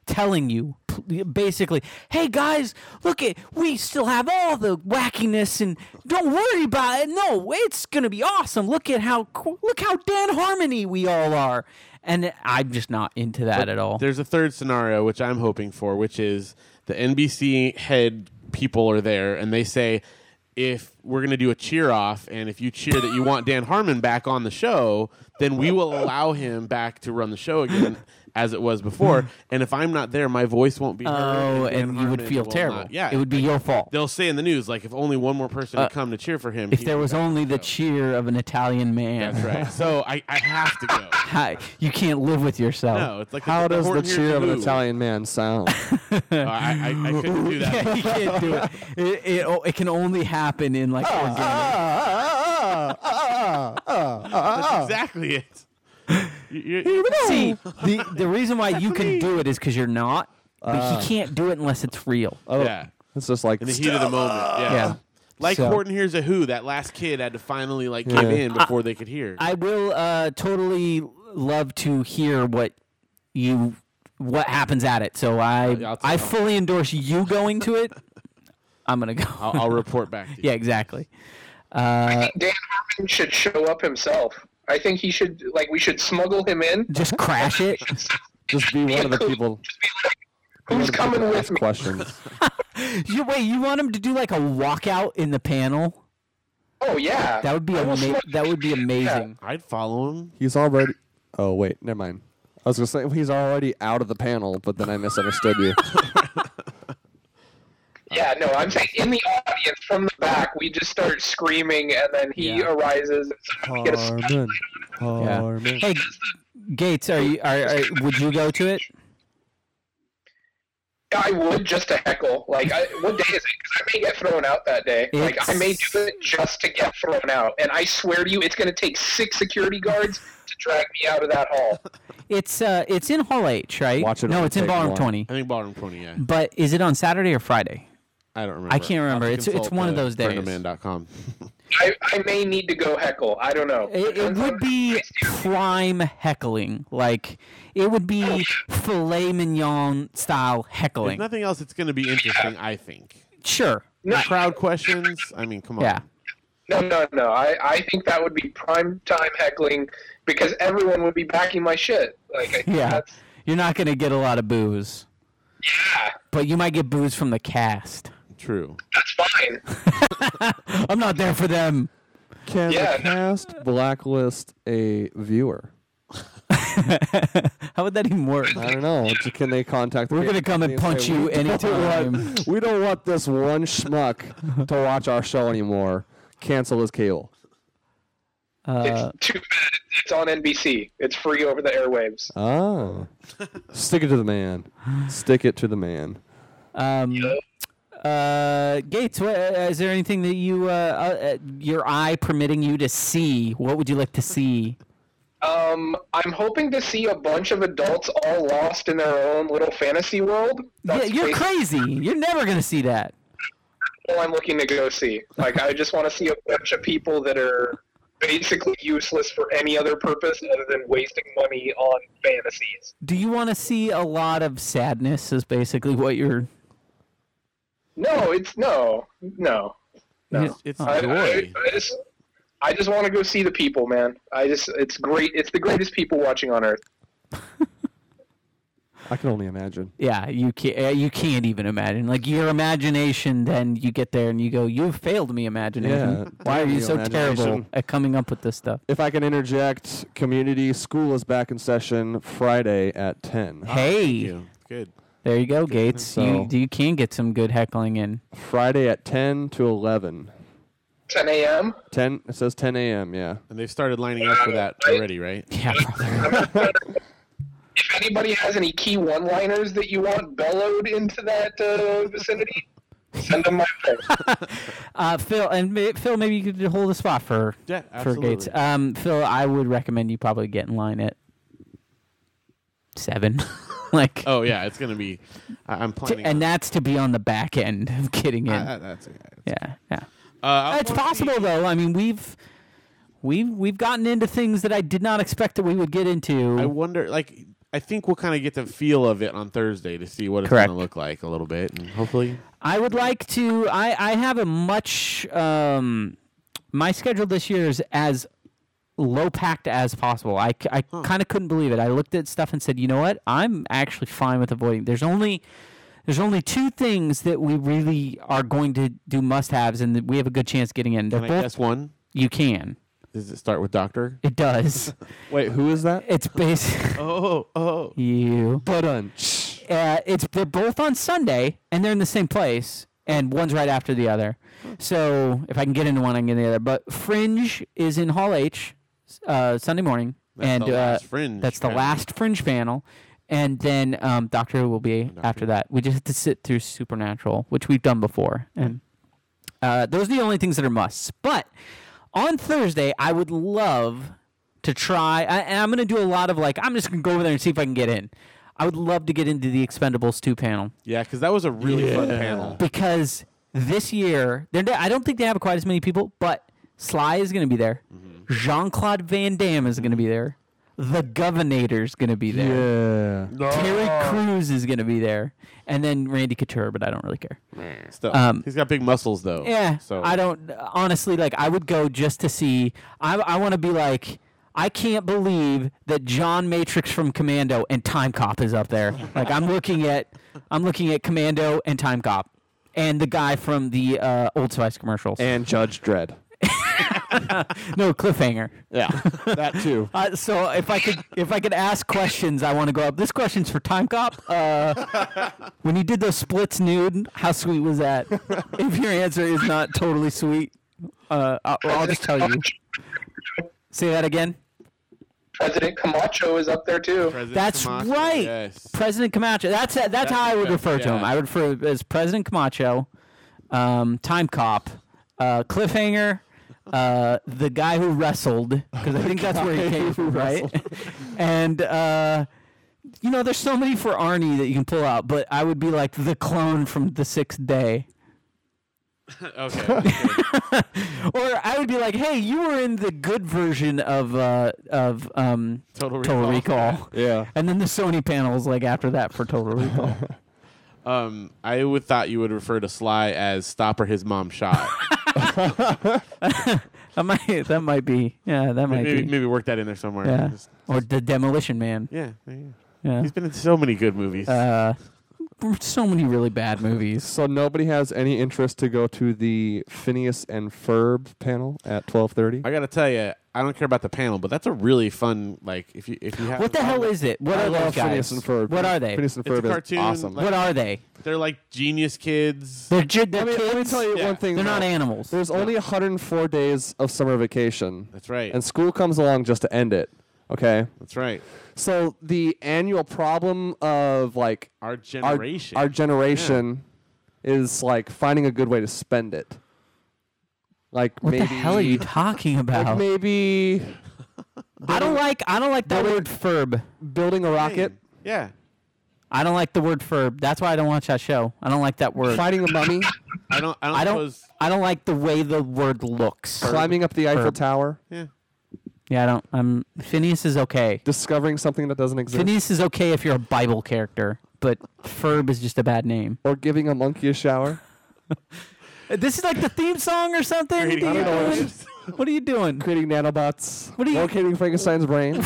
S1: telling you p- basically, "Hey guys, look at we still have all the wackiness and don't worry about it. No, it's going to be awesome. Look at how co- look how Dan Harmony we all are." And I'm just not into that at all.
S2: there's a third scenario which I'm hoping for, which is the NBC head people are there, and they say, if we're going to do a cheer off, and if you cheer that you want Dan Harmon back on the show, then we will allow him back to run the show again as it was before. And if I'm not there, my voice won't be heard.
S1: Oh, and
S2: Dan
S1: you would
S2: Harmon
S1: feel
S2: will
S1: terrible.
S2: not- Yeah,
S1: it would be your fault.
S2: They'll say in the news, like, if only one more person had come to cheer for him.
S1: If
S2: he'd
S1: there
S2: be
S1: was
S2: back on
S1: only the
S2: show."
S1: cheer of an Italian man,
S2: That's right. So I, I have to go.
S1: Hi, you can't live with yourself.
S2: No, it's like
S4: How
S2: the,
S4: does the
S2: Horton Hears
S4: cheer of an
S2: Who.
S4: Italian man sound?
S2: Uh, I, I, I couldn't do that.
S1: you can't do it. It, it. o- it can only happen in
S2: Oh,
S1: like organic.
S2: That's exactly it. You- you-
S1: See, the the reason why you can do it is because you're not, but he can't do it unless it's real.
S2: yeah,
S4: It's just like
S2: in the heat of the moment. Yeah,
S1: Oh. Yeah.
S2: like
S1: So-
S2: Horton hears a who. That last kid had to finally like give in before they could hear.
S1: I will uh, totally love to hear what you what happens at it. So I
S2: I'll take
S1: I
S2: it.
S1: fully endorse you going to it. I'm gonna go.
S2: I'll, I'll report back. To you.
S1: yeah, exactly.
S3: Dan Harmon should show up himself. I think he should like we should smuggle him in.
S1: Just crash it.
S4: just be one of the people.
S3: Who's coming
S4: that
S3: with
S4: ask
S3: me?
S4: questions.
S1: You, wait, you want him to do like a walkout in the panel?
S3: Oh yeah.
S1: That would be
S3: I will
S1: ama-
S3: smuggle-
S1: that would be amazing.
S2: I'd follow him.
S4: He's already. Oh wait, never mind. I was gonna say he's already out of the panel, but then I misunderstood you.
S3: Yeah, no, I'm saying in the audience from the back, we just start screaming, and then he
S1: Yeah.
S3: arises. And gets,
S4: Harmon, Harmon.
S1: Hey, Gates, are you are, are would you go to it?
S3: I would just to heckle. Like, I, what day is it? 'Cause I may get thrown out that day. Like, I may do it just to get thrown out, and I swear to you, it's going to take six security guards to drag me out of that hall.
S1: It's uh it's in Hall H, right?
S4: Watch it
S1: no,
S4: only
S1: it's in
S4: take
S1: Ballroom
S4: one.
S1: Twenty.
S2: I think ballroom twenty. Yeah,
S1: But is it on Saturday or Friday?
S2: I don't remember.
S1: I can't remember.
S2: I'll
S1: It's- it's
S2: consult,
S1: one of
S2: uh,
S1: those days.
S2: BrendaMann.com.
S3: I, I may need to go heckle. I don't know.
S1: It, it would be prime heckling. Like it would be filet mignon style
S2: If
S1: heckling.
S2: nothing else, it's going to be interesting. I think.
S1: Sure.
S3: No.
S2: Crowd questions. I mean, come on.
S1: Yeah.
S3: No, no, no. I, I think that would be prime time heckling because everyone would be backing my shit. Like, I think
S1: Yeah.
S3: that's,
S1: You're not gonna get a lot of booze.
S3: yeah.
S1: But you might get booze from the cast.
S2: True.
S3: That's fine.
S1: I'm not there for them.
S4: Can
S3: Yeah,
S4: the
S3: no.
S4: cast blacklist a viewer?
S1: How would that even work?
S4: I don't know. J- Can they contact?
S1: We're gonna come and punch you anytime.
S4: we don't want this one schmuck to watch our show anymore. Cancel his cable.
S1: Uh,
S3: it's too bad. It's on NBC. It's free over the airwaves.
S1: Uh.
S4: Oh, stick it to the man. Stick it to the man.
S1: um, uh, Gates, what, uh, is there anything that you, uh, uh, uh, your eye permitting you to see? What would you like to see?
S3: Um, I'm hoping to see a bunch of adults all lost in their own little fantasy world.
S1: Yeah,
S3: That's
S1: you're crazy. You're never gonna see that.
S3: all I'm looking to go see. Like, I just want to see a bunch of people that are basically useless for any other purpose other than wasting money on fantasies.
S1: Do you want to see a lot of sadness? Is basically what you're.
S3: No, it's no, no.
S1: Yeah.
S3: No.
S2: It's
S3: I,
S2: joy.
S3: I, I just, I just want to go see the people, man. I just, it's great. It's the greatest people watching on earth.
S4: I can only imagine.
S1: Yeah, you can't. uh, You can't even imagine. Like your imagination. Then you get there and you go, "You've failed me, imagination.
S4: Yeah,
S1: Why are
S4: damn
S1: you
S4: you,
S1: so terrible
S4: imagination."
S1: at coming up with this stuff?"
S4: If I can interject, community school is back in session Friday at ten.
S1: hey,
S2: Ah, Thank you. Good.
S1: there you go, Gates.
S4: So-
S1: You you can get some good heckling in.
S4: Friday at ten to eleven.
S3: 10 a.m.
S4: 10 it says 10 a.m yeah
S2: And they've started lining up for that already, right?
S1: Yeah, brother.
S3: If anybody has any key one-liners that you want bellowed into that uh, vicinity, send them my way.
S1: Uh, Phil and ma- Phil, maybe you could hold a spot for
S2: Yeah,
S1: for Gates.
S2: absolutely.
S1: Um, Phil, I would recommend you probably get in line at seven. like,
S2: Oh yeah, it's gonna be. I, I'm
S1: t-
S2: planning.
S1: and
S2: on-
S1: that's to be on the back end of getting in.
S2: I- I- that's okay.
S1: yeah, yeah.
S2: Uh, I
S1: It's
S2: wanna see-
S1: possible though. I mean, we've we've we've gotten into things that I did not expect that we would get into.
S2: I wonder, like, I think we'll kind of get the feel of it on Thursday to see what it's
S1: Correct.
S2: going to look like a little bit, and hopefully,
S1: I would like to. I, I have a much. Um, my schedule this year is as low packed as possible. I, c- I kind of couldn't believe it. I looked at stuff and said, you know what? I'm actually fine with avoiding. There's only. There's only two things that we really are going to do must haves, and that we have a good chance getting in. They're
S2: can I
S1: both
S2: guess one?
S1: you can.
S2: Does it start with doctor?
S1: It does.
S4: wait who is that
S1: it's basic.
S2: Oh, oh,
S1: you.
S4: but on
S1: uh, it's they're both on Sunday and they're in the same place, and one's right after the other. So if I can get into one, I can get into the other. But Fringe is in Hall H uh, Sunday morning,
S2: That's
S1: and
S2: the last
S1: uh,
S2: Fringe
S1: that's the
S2: panel.
S1: last Fringe panel. And then um, Doctor Who will be after that. We just have to sit through Supernatural, which we've done before, and uh, those are the only things that are musts. But on Thursday, I would love to try, I, and I'm going to do a lot of like, I'm just going to go over there and see if I can get in. I would love to get into the Expendables 2 panel
S2: yeah, because that was a really fun panel.
S1: because this year, they're, I don't think they have quite as many people, but Sly is going to be there. Jean Claude Van Damme is going to be there. The Governator's going to be there.
S4: yeah
S1: Terry Crews is going to be there. And then Randy Couture, but I don't really care.
S2: Stuff.
S1: Um,
S2: He's got big muscles though.
S1: Yeah.
S2: So
S1: I don't honestly like. I would go just to see. I I want to be like. I can't believe that John Matrix from Commando and Time Cop is up there. like I'm looking at I'm looking at Commando and Time Cop, and the guy from the uh, Old Spice commercials.
S4: and judge dredd
S1: no cliffhanger.
S4: yeah that too
S1: Uh, so if I could if I could ask questions, I want to go up. This question's for Time Cop. Uh, when you did those splits nude, how sweet was that? if your answer is not totally sweet, uh, I'll, I'll just tell you. Say that again.
S3: President Camacho is up there too.
S2: President
S1: That's
S2: Camacho,
S1: right.
S2: Yes.
S1: President Camacho. That's that's, how I would refer to him.
S2: yeah.
S1: I would refer as President Camacho, um, Time Cop, uh, Cliffhanger, uh, the guy who wrestled because I think that's where he came from, right? and uh, you know, there's so many for Arnie that you can pull out, but I would be like the clone from the sixth day.
S2: okay.
S1: Or I would be like, hey, you were in the good version of uh, of um,
S2: Total
S1: Total
S2: Recall.
S1: Recall.
S4: yeah
S1: And then the Sony panels like after that for Total Recall.
S2: Um, I would thought you would refer to Sly as "Stop or his mom shot."
S1: That might that might be yeah that might
S2: maybe,
S1: be
S2: maybe work that in there somewhere.
S1: yeah
S2: Just-
S1: or the Demolition Man
S2: yeah, yeah.
S1: yeah
S2: He's been in so many good movies.
S1: uh, so many really bad movies.
S4: So nobody has any interest to go to the Phineas and Ferb panel at twelve thirty.
S2: I gotta tell you, I don't care about the panel, but that's a really fun. Like, if you if you have
S1: What the hell is it? What
S4: I
S1: are
S4: love
S1: those guys?
S4: Phineas and Ferb.
S1: What are they?
S4: Phineas and
S2: It's a
S4: Ferb
S2: cartoon,
S4: is awesome.
S2: like-
S1: What are they?
S2: they're like genius kids.
S1: They're, ju- they're
S4: let, me,
S1: kids.
S4: let me tell you
S2: Yeah.
S4: one thing.
S1: They're not
S4: though.
S1: animals.
S4: There's only 104 days of summer vacation.
S2: That's right.
S4: And school comes along just to end it. Okay.
S2: That's right.
S4: So the annual problem of like
S2: Our
S4: our,
S2: generation.
S4: our generation is like finding a good way to spend it. Like
S1: what
S4: maybe
S1: the hell are you talking
S4: like
S1: about?
S4: maybe
S1: I don't like I don't like that word ferb.
S4: building a rocket,
S2: Yeah.
S1: I don't like the word ferb. That's why I don't watch that show. I don't like that word.
S4: fighting a mummy,
S2: I don't. I don't.
S1: I don't
S2: suppose-
S1: I don't like the way the word looks.
S4: climbing up the Eiffel Tower,
S2: yeah.
S1: Yeah, I don't I'm Phineas is okay.
S4: discovering something that doesn't exist,
S1: Phineas is okay if you're a Bible character, but Ferb is just a bad name.
S4: or giving a monkey a shower.
S1: This is like the theme song or something.
S2: Creating
S1: that you're
S2: Autobots.
S1: doing? What are you doing?
S4: creating nanobots,
S1: What are you-
S4: locating Frankenstein's brain.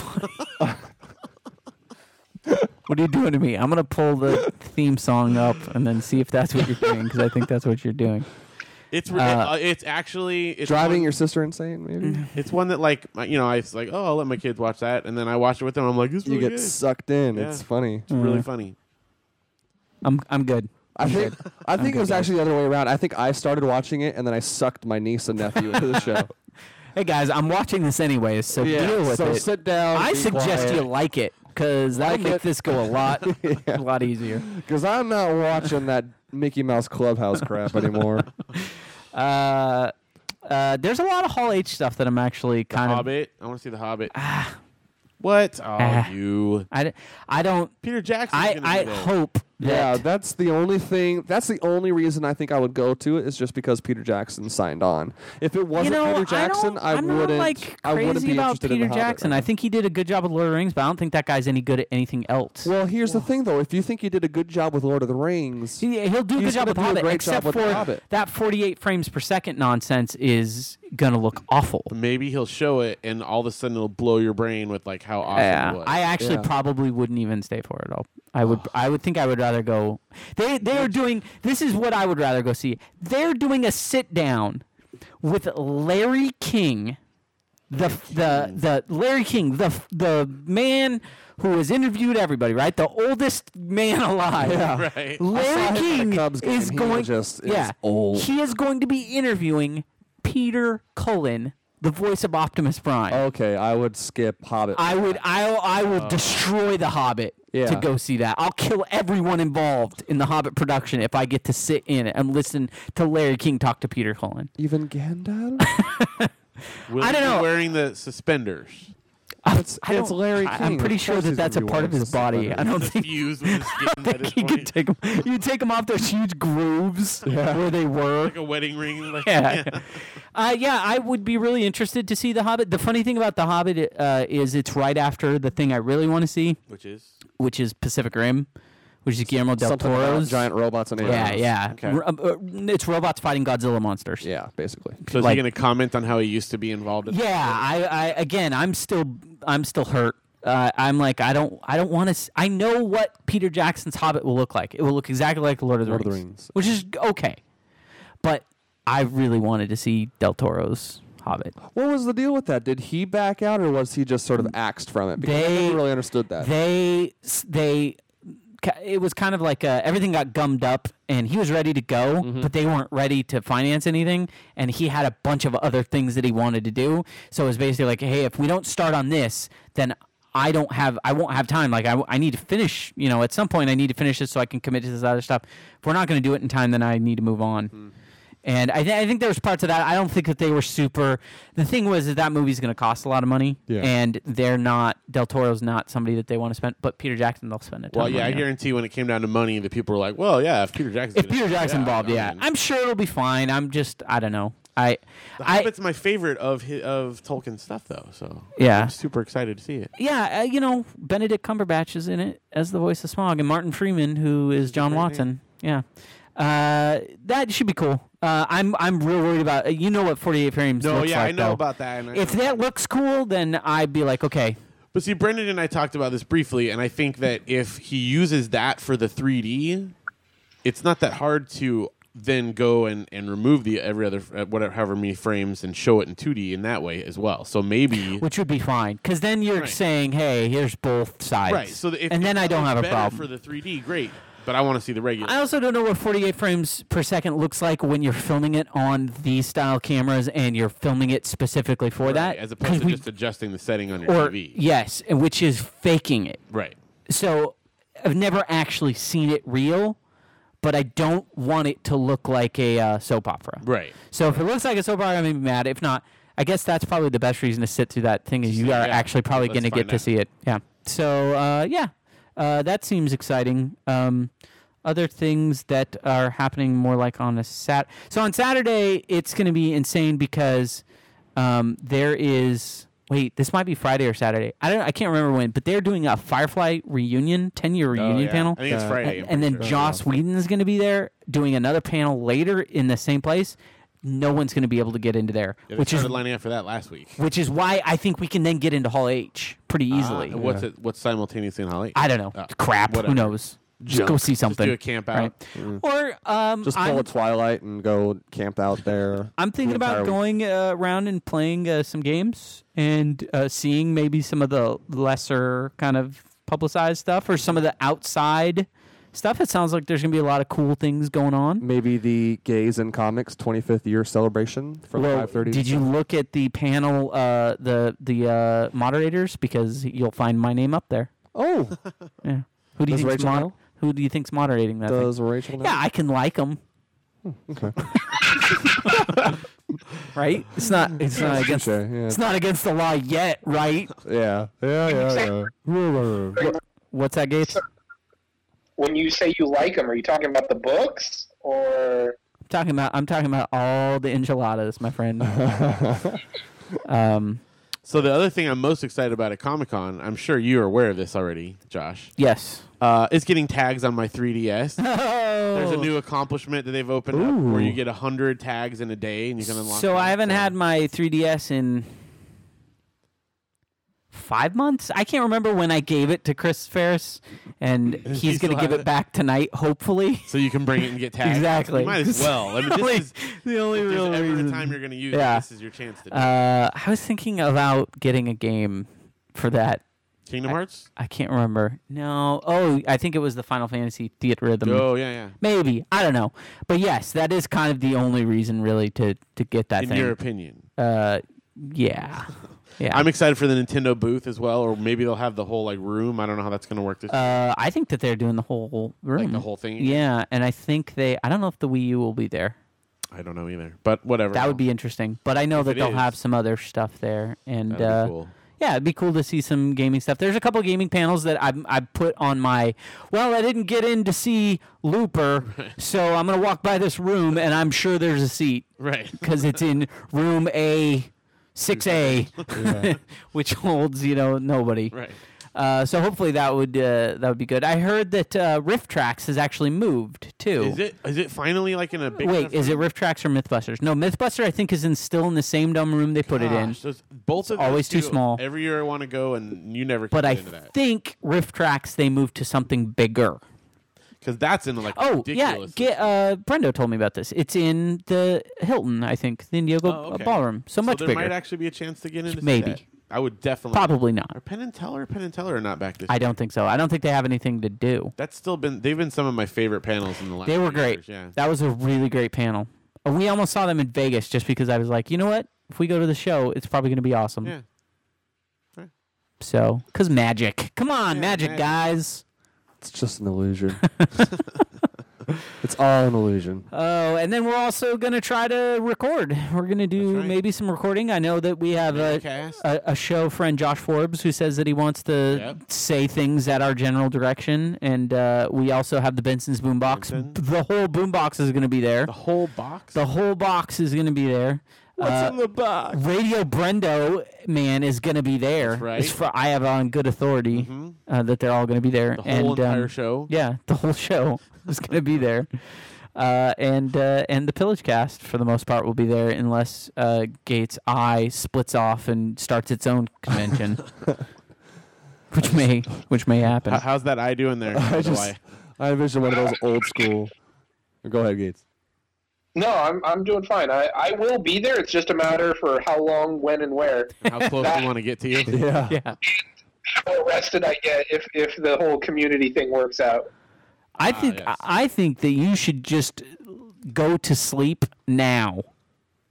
S1: What are you doing to me? I'm gonna pull the theme song up and then see if that's what you're doing because I think that's what you're doing.
S2: It's re-
S1: Uh,
S2: it- it's actually it's
S4: driving
S2: one,
S4: your sister insane, maybe.
S2: It's one that like my- you know I was like oh I'll let my kids watch that and then I watch it with them. I'm like this is
S4: You
S2: really
S4: get
S2: good.
S4: sucked in. It's
S2: Yeah.
S4: funny.
S2: It's
S1: Mm.
S2: really funny.
S1: I'm I'm good.
S4: I think I think it was actually the other way around. I think I started watching it and then I sucked my niece and nephew into the show.
S1: Hey guys, I'm watching this anyways, so deal with
S4: so
S1: it.
S4: sit down.
S1: I suggest you like it because that'll
S4: Like
S1: make
S4: it.
S1: this go a lot a lot easier.
S4: because I'm not watching that Mickey Mouse Clubhouse crap anymore.
S1: Uh, uh, there's a lot of Hall H stuff that I'm actually kind of.
S2: Hobbit. I want to see the Hobbit. what? Oh,
S1: Ah.
S2: you
S1: I, d- I don't.
S2: Peter Jackson.
S1: I I hope that
S4: yeah, that's the only thing. That's the only reason I think I would go to it is just because Peter Jackson signed on. If it wasn't
S1: you know,
S4: Peter Jackson, I,
S1: I am
S4: wouldn't.
S1: Not, like,
S4: I wouldn't
S1: crazy
S4: be
S1: about
S4: interested
S1: Peter
S4: in the Hobbit right
S1: Jackson.
S4: now.
S1: I think he did a good job with Lord of the Rings, but I don't think that guy's any good at anything else.
S4: Well, here's the thing, though. If you think he did a good job with Lord of the Rings,
S1: he, will do a good
S4: he's
S1: job
S4: gonna
S1: with
S4: do a
S1: Hobbit,
S4: great job
S1: except
S4: with
S1: for
S4: The Hobbit.
S1: that 48 frames per second nonsense is gonna look awful.
S2: Maybe he'll show it and all of a sudden it'll blow your brain with like how awesome it was.
S1: I actually
S4: Yeah.
S1: probably wouldn't even stay for it all. I would. I would think I would rather go. They they are doing. This is what I would rather go see. They're doing a sit down with Larry King, the the the Larry King, the the man who has interviewed everybody, right? The oldest man alive.
S2: right.
S4: I saw
S1: Larry
S4: him at the
S1: King
S4: Cubs game.
S1: is
S4: He
S1: going.
S4: just is
S1: yeah,
S4: old.
S1: he is going to be interviewing Peter Cullen, the voice of Optimus Prime.
S4: okay, I would skip Hobbit.
S1: I would I I will destroy the Hobbit to
S4: Oh. Yeah.
S1: go see that. I'll kill everyone involved in the Hobbit production if I get to sit in it and listen to Larry King talk to Peter Cullen.
S4: Even Gandalf?
S2: Will
S1: I don't
S2: he be
S1: know.
S2: Wearing the suspenders.
S4: it's,
S1: I
S4: it's
S1: don't-
S4: Larry King.
S1: I- I'm pretty
S4: Of
S1: sure
S4: course
S1: that
S4: he's
S1: that's a
S4: gonna be
S1: part of
S4: wearing
S1: his body. I
S4: suspenders.
S1: don't think
S2: Fused with his skin by
S1: think
S2: this
S1: you
S2: point.
S1: could take them. You take them off those huge grooves where they were.
S2: like a wedding ring. Like,
S1: yeah. Uh, yeah, I would be really interested to see The Hobbit. The funny thing about The Hobbit uh, is it's right after the thing I really want to see,
S2: Which is
S1: which is Pacific Rim, which is Guillermo del
S4: Something about
S1: Toro's.
S4: giant robots and
S1: Yeah,
S4: aliens.
S1: yeah.
S2: Okay.
S1: R- um, uh, it's robots fighting Godzilla monsters.
S4: Yeah, basically.
S2: so. Is
S1: Like-
S2: he going to comment on how he used to be involved? In
S1: Yeah, I, I again, I'm still, I'm still hurt. Uh, I'm like, I don't, I don't want to. I know what Peter Jackson's Hobbit will look like. It will look exactly like Lord of the,
S4: Lord of the
S1: Rings,
S4: Rings.
S1: which is okay. But I really wanted to see Del Toro's Hobbit.
S4: What was the deal with that? Did he back out or was he just sort of axed from it? Because I
S1: They-
S4: never really understood that.
S1: They, s- they, ca- it was kind of like uh, everything got gummed up, and he was ready to go,
S2: Mm-hmm.
S1: but they weren't ready to finance anything, and he had a bunch of other things that he wanted to do. So it was basically like, hey, if we don't start on this, then I don't have, I won't have time. Like I, I need to finish. You know, at some point, I need to finish this so I can commit to this other stuff. If we're not going to do it in time, then I need to move on.
S2: Hmm.
S1: And I, th- I think there was parts of that. I don't think that they were super. The thing was that that movie's going to cost a lot of money,
S4: Yeah.
S1: and they're not. Del Toro's not somebody that they want to spend. But Peter Jackson, they'll spend a ton.
S2: Well,
S1: of
S2: yeah, I
S1: money on.
S2: guarantee when it came down to money, the people were like, "Well, yeah, if Peter Jackson,
S1: If Peter Jackson involved, yeah, I'm sure it'll be fine. I'm just, I don't know. I, I,
S2: Hobbit's my favorite of hi of Tolkien's stuff, though. So
S1: Yeah.
S2: I'm super excited to see it.
S1: yeah, uh, you know, Benedict Cumberbatch is in it as the voice of Smog, and Martin Freeman, who is John
S2: great
S1: Watson. Yeah, uh, that should be cool. Uh, I'm, I'm real worried about. uh, You know what 48 frames
S2: No,
S1: looks
S2: yeah,
S1: like,
S2: I know
S1: though.
S2: about that. And I
S1: If
S2: know-
S1: that looks cool, then I'd be like, okay,
S2: but see, Brendan and I talked about this briefly, and I think that if he uses that for the 3D, it's not that hard to then go and, and remove the every other uh, whatever however many frames and show it in 2D in that way as well. So maybe
S1: which would be fine because then you're
S2: Right.
S1: saying, "Hey, here's both sides,"
S2: right. So the- if,
S1: and then
S2: if
S1: I don't
S2: it's
S1: have a
S2: better
S1: problem.
S2: for the 3D. Great, but I want to see the regular.
S1: I also don't know what 48 frames per second looks like when you're filming it on these style cameras and you're filming it specifically for that,
S2: Right, as
S1: 'cause
S2: opposed to
S1: we-
S2: just adjusting the setting on your
S1: or
S2: TV.
S1: yes, and which is faking it.
S2: Right.
S1: So I've never actually seen it real, but I don't want it to look like a uh, soap opera.
S2: Right.
S1: So if it looks like a soap opera, I'm gonna be mad. If not, I guess that's probably the best reason to sit through that thing is you
S2: Yeah,
S1: are actually probably
S2: let's
S1: going to
S2: find
S1: get to
S2: out.
S1: see it. Yeah. So uh, yeah, uh, that seems exciting. Um, other things that are happening more like on a sat. So on Saturday, it's going to be insane because um, there is. Wait, this might be Friday or Saturday. I don't. I can't remember when, but they're doing a Firefly reunion, ten year reunion
S2: Oh, yeah.
S1: panel
S2: I think it's
S4: Uh,
S2: Friday.
S1: and,
S2: I'm
S1: and then
S2: pretty sure.
S1: Joss Whedon is going to be there doing another panel later in the same place. No one's going to be able to get into there,
S2: Yeah, they
S1: which is
S2: started lining up for that last week.
S1: which is why I think we can then get into Hall H pretty easily.
S2: Uh, what's it? What's simultaneously in Holly?
S1: I don't know.
S2: Uh,
S1: Crap.
S2: whatever.
S1: Who knows? Just go
S4: Junk.
S1: see something.
S2: do a camp out.
S1: Or um,
S4: Just
S1: I'm,
S4: pull a Twilight and go camp out there.
S1: I'm thinking
S4: the entire
S1: about
S4: week.
S1: going uh, around and playing uh, some games and uh, seeing maybe some of the lesser kind of publicized stuff or some of the outside stuff. It sounds like there's going to be a lot of cool things going on.
S4: Maybe the Gays in Comics 25th year celebration from
S1: Well,
S4: 5:30.
S1: Did you look at the panel, uh, the the uh, moderators? Because you'll find my name up there.
S4: Oh,
S1: Yeah. Who do you
S4: Does
S1: think's
S4: Rachel know?
S1: Who do you think's moderating that? thing?
S4: does Rachel? Know?
S1: Yeah, I can like them.
S4: Okay.
S1: Right? It's not. It's not against.
S4: Touche, yeah.
S1: It's not against the law yet, right?
S4: Yeah. Yeah. Yeah. Yeah.
S1: What's that, Gates?
S3: Sir. When you say you like them, are you talking about the books or?
S1: I'm talking about. I'm talking about all the enchiladas, my friend. um.
S2: So the other thing I'm most excited about at Comic Con, I'm sure you are aware of this already, Josh,
S1: Yes.
S2: uh, is getting tags on my 3DS. There's
S1: There's
S2: a new accomplishment that they've opened up where you get hundred tags in a day and you can unlock.
S1: So
S2: them.
S1: I haven't had my 3DS in five months. I can't remember when I gave it to Chris Ferris, and he's
S2: still
S1: going to give
S2: have
S1: it
S2: it?
S1: back tonight, hopefully.
S2: So you can bring it and get tags.
S1: exactly.
S2: You might as well. I mean,
S1: The only-
S2: this is
S1: the only
S2: if there's
S1: real
S2: ever
S1: reason.
S2: a time you're going to use
S1: Yeah.
S2: it. This is your chance to do it.
S1: Uh, I was thinking about getting a game for that.
S2: Kingdom Hearts.
S1: I can't remember. No. Oh, I think it was the Final Fantasy Theater Rhythm.
S2: Oh yeah, yeah.
S1: Maybe I don't know, but yes, that is kind of the only reason really to to get that
S2: In
S1: thing.
S2: your opinion,
S1: Uh, yeah, yeah.
S2: I'm excited for the Nintendo booth as well, or maybe they'll have the whole like room. I don't know how that's going to work this
S1: Uh, I think that they're doing the whole room,
S2: like the whole thing.
S1: Yeah, and I think they. I don't know if the Wii U will be there.
S2: I don't know either, but whatever.
S1: That would be interesting, but I know that
S2: it
S1: they'll
S2: is.
S1: have some other stuff there, and
S2: That'd be
S1: uh,
S2: cool.
S1: yeah, it'd be cool to see some gaming stuff. There's a couple gaming panels that I I put on my. Well, I didn't get in to see Looper, so I'm gonna walk by this room, and I'm sure there's a seat
S2: right.
S1: because it's in room A. 6A, which holds, you know, nobody.
S2: Right.
S1: Uh, so hopefully that would uh, that would be good. I heard that uh, Rift Tracks has actually moved too.
S2: Is it is it finally like in a big
S1: Wait,
S2: enough
S1: is it
S2: room?
S1: Rift Tracks or MythBusters? No, MythBuster I think is in still in the same dumb room they put it in.
S2: Gosh, those- Ah, both of
S1: always too
S2: those two,
S1: small.
S2: Every year I want to go, and you never.
S1: But
S2: get
S1: I
S2: into that
S1: think Rift Tracks they moved to something bigger.
S2: because that's in like
S1: Oh
S2: ridiculous.
S1: yeah, get, uh, Brendo told me about this. It's in the Hilton, I think, the Indiegogo
S2: Oh, okay.
S1: Ballroom. So, much
S2: there
S1: bigger.
S2: might actually be a chance to get into
S1: Maybe.
S2: That. I would definitely
S1: Probably not.
S2: Are Penn and Teller Penn and Teller are not back this
S1: I
S2: year?
S1: don't think so. I don't think they have anything to do.
S2: That's still been they've been some of my favorite panels in the last.
S1: They were
S2: few years,
S1: great.
S2: Yeah.
S1: That was a really great panel. Uh, We almost saw them in Vegas just because I was like, you know what? If we go to the show, it's probably going to be awesome.
S2: yeah.
S1: So, because magic. Come on,
S2: Yeah,
S1: magic,
S2: magic.
S1: guys.
S4: It's just an illusion. it's all an illusion.
S1: Oh, and then we're also going to try to record. We're going to do
S2: That's right.
S1: maybe some recording. I know that we have a,
S2: Megacast.
S1: a, a show friend, Josh Forbes, who says that he wants to
S2: Yep.
S1: say things at our general direction. And uh, we also have the Benson's Boombox.
S2: Benson.
S1: B- The whole boombox is going to be there.
S2: The whole box.
S1: The whole box is going to be there. Uh,
S2: the box?
S1: Radio Brendo man is going to be there.
S2: right. Mm-hmm.
S1: It's for I have on good authority uh, that they're all going to be there.
S2: The
S1: and,
S2: whole entire
S1: um,
S2: show.
S1: Yeah, the whole show is going to be there. Uh, and uh, and the pillage cast for the most part will be there unless uh, Gates Eye splits off and starts its own convention, which may which may happen.
S2: Ah, How- How's that eye doing there? by
S4: I
S2: the
S4: just
S2: way?
S4: I envision one of those old school Go ahead, Gates.
S3: No, I'm, I'm doing fine. I, I will be there. It's just a matter for how long, when, and where.
S2: How close do you want to get to you?
S4: Yeah.
S1: Yeah.
S3: How arrested I get if, if the whole community thing works out.
S1: I think
S2: yes.
S1: I think that you should just go to sleep now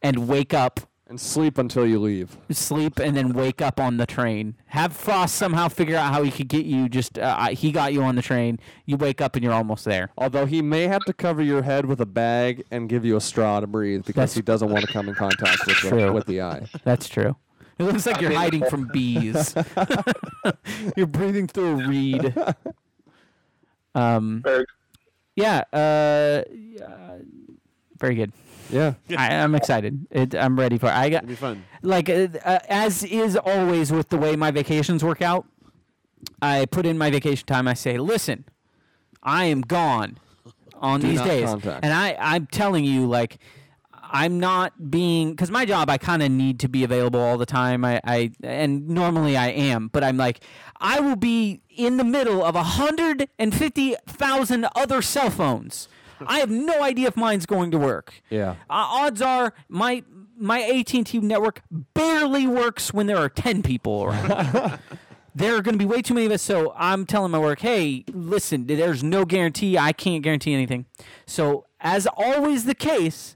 S1: and wake up
S4: And sleep until you leave.
S1: sleep and then wake up on the train. Have Frost somehow figure out how he could get you. Just uh, I- he got you on the train. You wake up and you're almost there.
S4: Although he may have to cover your head with a bag and give you a straw to breathe because
S1: That's-
S4: he doesn't want to come in contact with the,
S1: True.
S4: with the eye.
S1: That's true. It looks like you're hiding from bees. you're breathing through a reed. Um.
S3: Or
S1: Yeah. Uh. yeah, Very good.
S4: Yeah.
S1: I, I'm excited. It, I'm ready for. It. I got
S2: It'd be fun.
S1: like uh, uh, as is always with the way my vacations work out i put in my vacation time i say listen i am gone on these
S4: not
S1: days
S4: contact.
S1: and i i'm telling you like i'm not being because my job i kind of need to be available all the time I, I and normally i am but i'm like i will be in the middle of 150000 other cell phones i have no idea if mine's going to work
S4: Yeah.
S1: uh, odds are my my AT&T network barely works when there are 10 people around. there are going to be way too many of us so I'm telling my work, "Hey, listen, there's no guarantee. I can't guarantee anything." So, as always the case,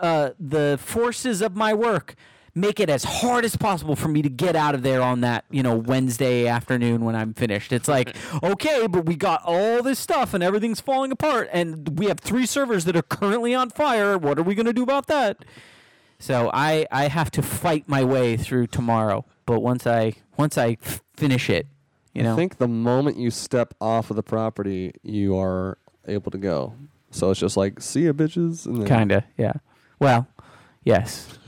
S1: uh, the forces of my work make it as hard as possible for me to get out of there on that you know wednesday afternoon when i'm finished it's like okay but we got all this stuff and everything's falling apart and we have three servers that are currently on fire what are we going to do about that so i i have to fight my way through tomorrow but once i once i f- finish it you know
S4: I think the moment you step off of the property, you are able to go. So it's just like, see ya, bitches. And then,
S1: Kinda, yeah. Well, yes.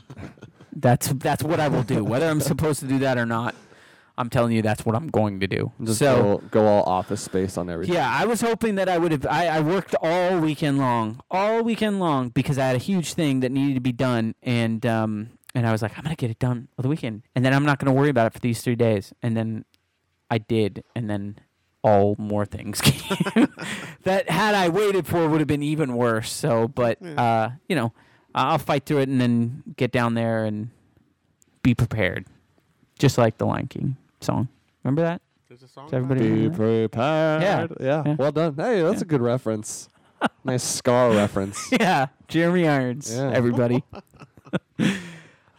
S1: that's that's what I will do. Whether I'm supposed to do that or not, I'm telling you that's what I'm going to do.
S4: Just
S1: so
S4: go, go all office space on everything.
S1: yeah, I was hoping that I would have. I, I worked all weekend long, all weekend long, because I had a huge thing that needed to be done, and um, and I was like, I'm gonna get it done over the weekend, and then I'm not gonna worry about it for these three days, and then I did, and then all more things came that had I waited for would have been even worse. So, but uh, you know, I- I'll fight through it and then get down there and be prepared, just like the Lion King song. Remember that?
S2: There's a song.
S1: Does everybody
S4: Be
S1: remember that?
S4: prepared.
S1: Yeah.
S4: Yeah.
S1: Yeah.
S4: Mm-hmm. Well done. Hey, that's a good reference. nice scar reference.
S1: Yeah, Jeremy Irons.
S4: Yeah.
S1: Everybody.
S4: I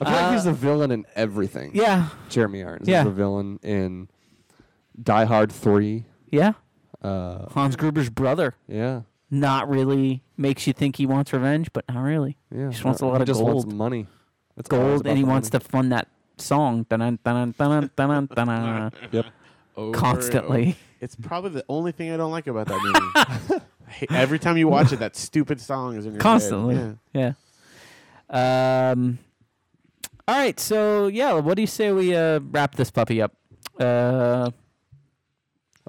S4: feel like he's the villain in everything.
S1: yeah,
S4: Jeremy Irons
S1: Yeah.
S4: is the villain in Die Hard 3.
S1: yeah.
S4: Uh,
S1: Hans Gruber's brother.
S4: yeah.
S1: Not really makes you think he wants revenge, but not really.
S4: Yeah.
S1: He just wants a
S4: No,
S1: lot
S4: he
S1: of
S4: just
S1: gold.
S4: wants money. That's all it's
S1: gold,
S4: about
S1: and he
S4: the
S1: wants to
S4: money.
S1: fund that song. Dun-dun, dun-dun, dun-dun, dun-dun, dun-dun,
S4: Yep.
S2: Over and over.
S1: constantly.
S2: It's probably the only thing I don't like about that movie. I hate- Every time you watch it, that stupid song is in your head.
S1: Constantly.
S2: Yeah.
S1: Yeah. Um. All right, so yeah, what do you say we uh, wrap this puppy up? Uh,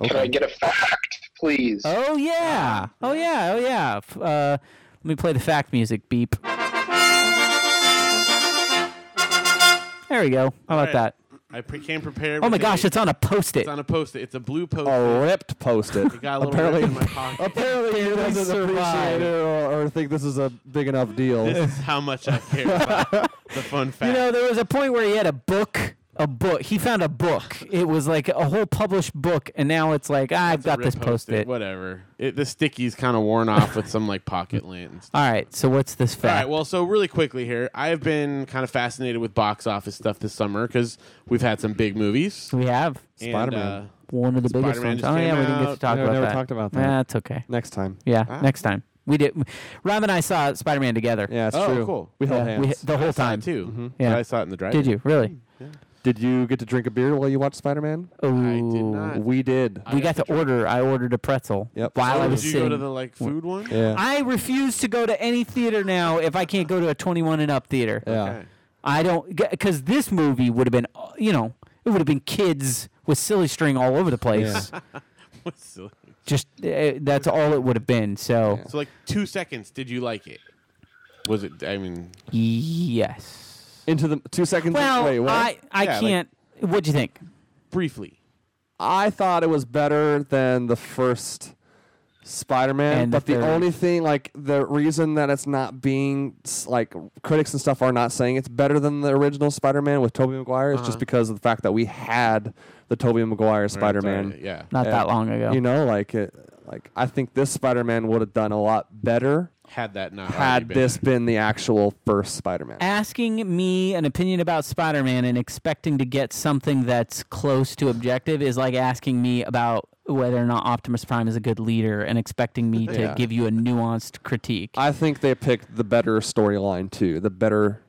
S3: Can I get a fact, please?
S1: oh yeah, oh yeah, oh yeah. F- Uh, let me play the fact music. Beep. There we go. How about
S2: right.
S1: that?
S2: I pre- came prepared.
S1: Oh
S2: with
S1: my
S2: a-
S1: gosh, it's Oh, on a post it.
S2: it's on a post. It's a blue post.
S4: A ripped post it.
S2: It got a little
S4: apparently-
S2: ripped in my pocket.
S4: Apparently, he
S1: Barely
S4: doesn't appreciate
S1: survived.
S4: it or, or think this is a big enough deal.
S2: this is how much I care about the fun fact.
S1: You know, there was a point where he had a book. A book. He found a book. It was like a whole published book, and now it's like "Ah, I've
S2: It's a
S1: got this
S2: rip
S1: post it. All
S2: Whatever. It, the sticky's kind of worn off with some like pocket lint and stuff.
S1: right. So what's this
S2: All right.
S1: fact?
S2: Well, so really quickly here, I have been kind of fascinated with box office stuff this summer because we've had some big movies.
S1: we have
S2: And,
S4: Spider-Man.
S2: uh,
S1: one of the biggest
S2: Spider-Man
S1: ones.
S2: just
S1: Oh yeah,
S2: came
S1: we didn't get to
S2: out.
S1: talk
S4: Yeah, we
S1: about
S4: never
S1: that.
S4: talked about
S1: Nah,
S4: that.
S1: it's okay.
S4: Next time.
S1: Yeah,
S2: Ah.
S1: next time we did. Rob and I saw Spider Man together.
S4: Yeah, it's
S2: Oh,
S4: true.
S2: cool.
S4: We held
S1: Yeah,
S4: hands.
S1: we- the whole
S2: saw it
S1: time.
S2: too.
S1: Mm-hmm. Yeah.
S2: But I saw it in the drive.
S1: Did you really?
S4: Did you get to drink a beer while you watched Spider Man?
S2: I did
S1: Ooh.
S2: not.
S4: We did.
S1: We got to order. I ordered a pretzel
S4: Yep.
S1: while
S2: Oh,
S1: I
S2: did
S1: was
S2: you
S1: sitting.
S2: go to the like food one?
S4: yeah.
S1: I refuse to go to any theater now if I can't go to a 21 and up theater.
S4: yeah.
S2: Okay.
S1: I don't because this movie would have been uh, you know it would have been kids with silly string all over the place.
S2: What's silly?
S1: Just uh, that's all it would have been. So
S2: So like two seconds. Did you like it? Was it? I mean,
S1: yes.
S4: Into the two seconds.
S1: Well,
S4: wait, what?
S1: I I
S2: Yeah, like-
S1: can't. what'd you think?
S2: briefly.
S4: I thought it was better than the first Spider Man.
S1: And the
S4: But the,
S1: third.
S4: only thing, like the reason that it's not being s- like critics and stuff are not saying it's better than the original Spider Man with Tobey Maguire is
S2: Uh-huh.
S4: just because of the fact that we had the Tobey Maguire Spider Man.
S2: Yeah.
S1: Not that long ago.
S4: You know, like it, like I think this Spider Man would have done a lot better
S2: Had that not already
S4: had
S2: been
S4: this
S2: there.
S4: been the actual first Spider Man.
S1: Asking me an opinion about Spider Man and expecting to get something that's close to objective is like asking me about whether or not Optimus Prime is a good leader and expecting me to
S4: Yeah.
S1: give you a nuanced critique.
S4: I think they picked the better storyline too, the better,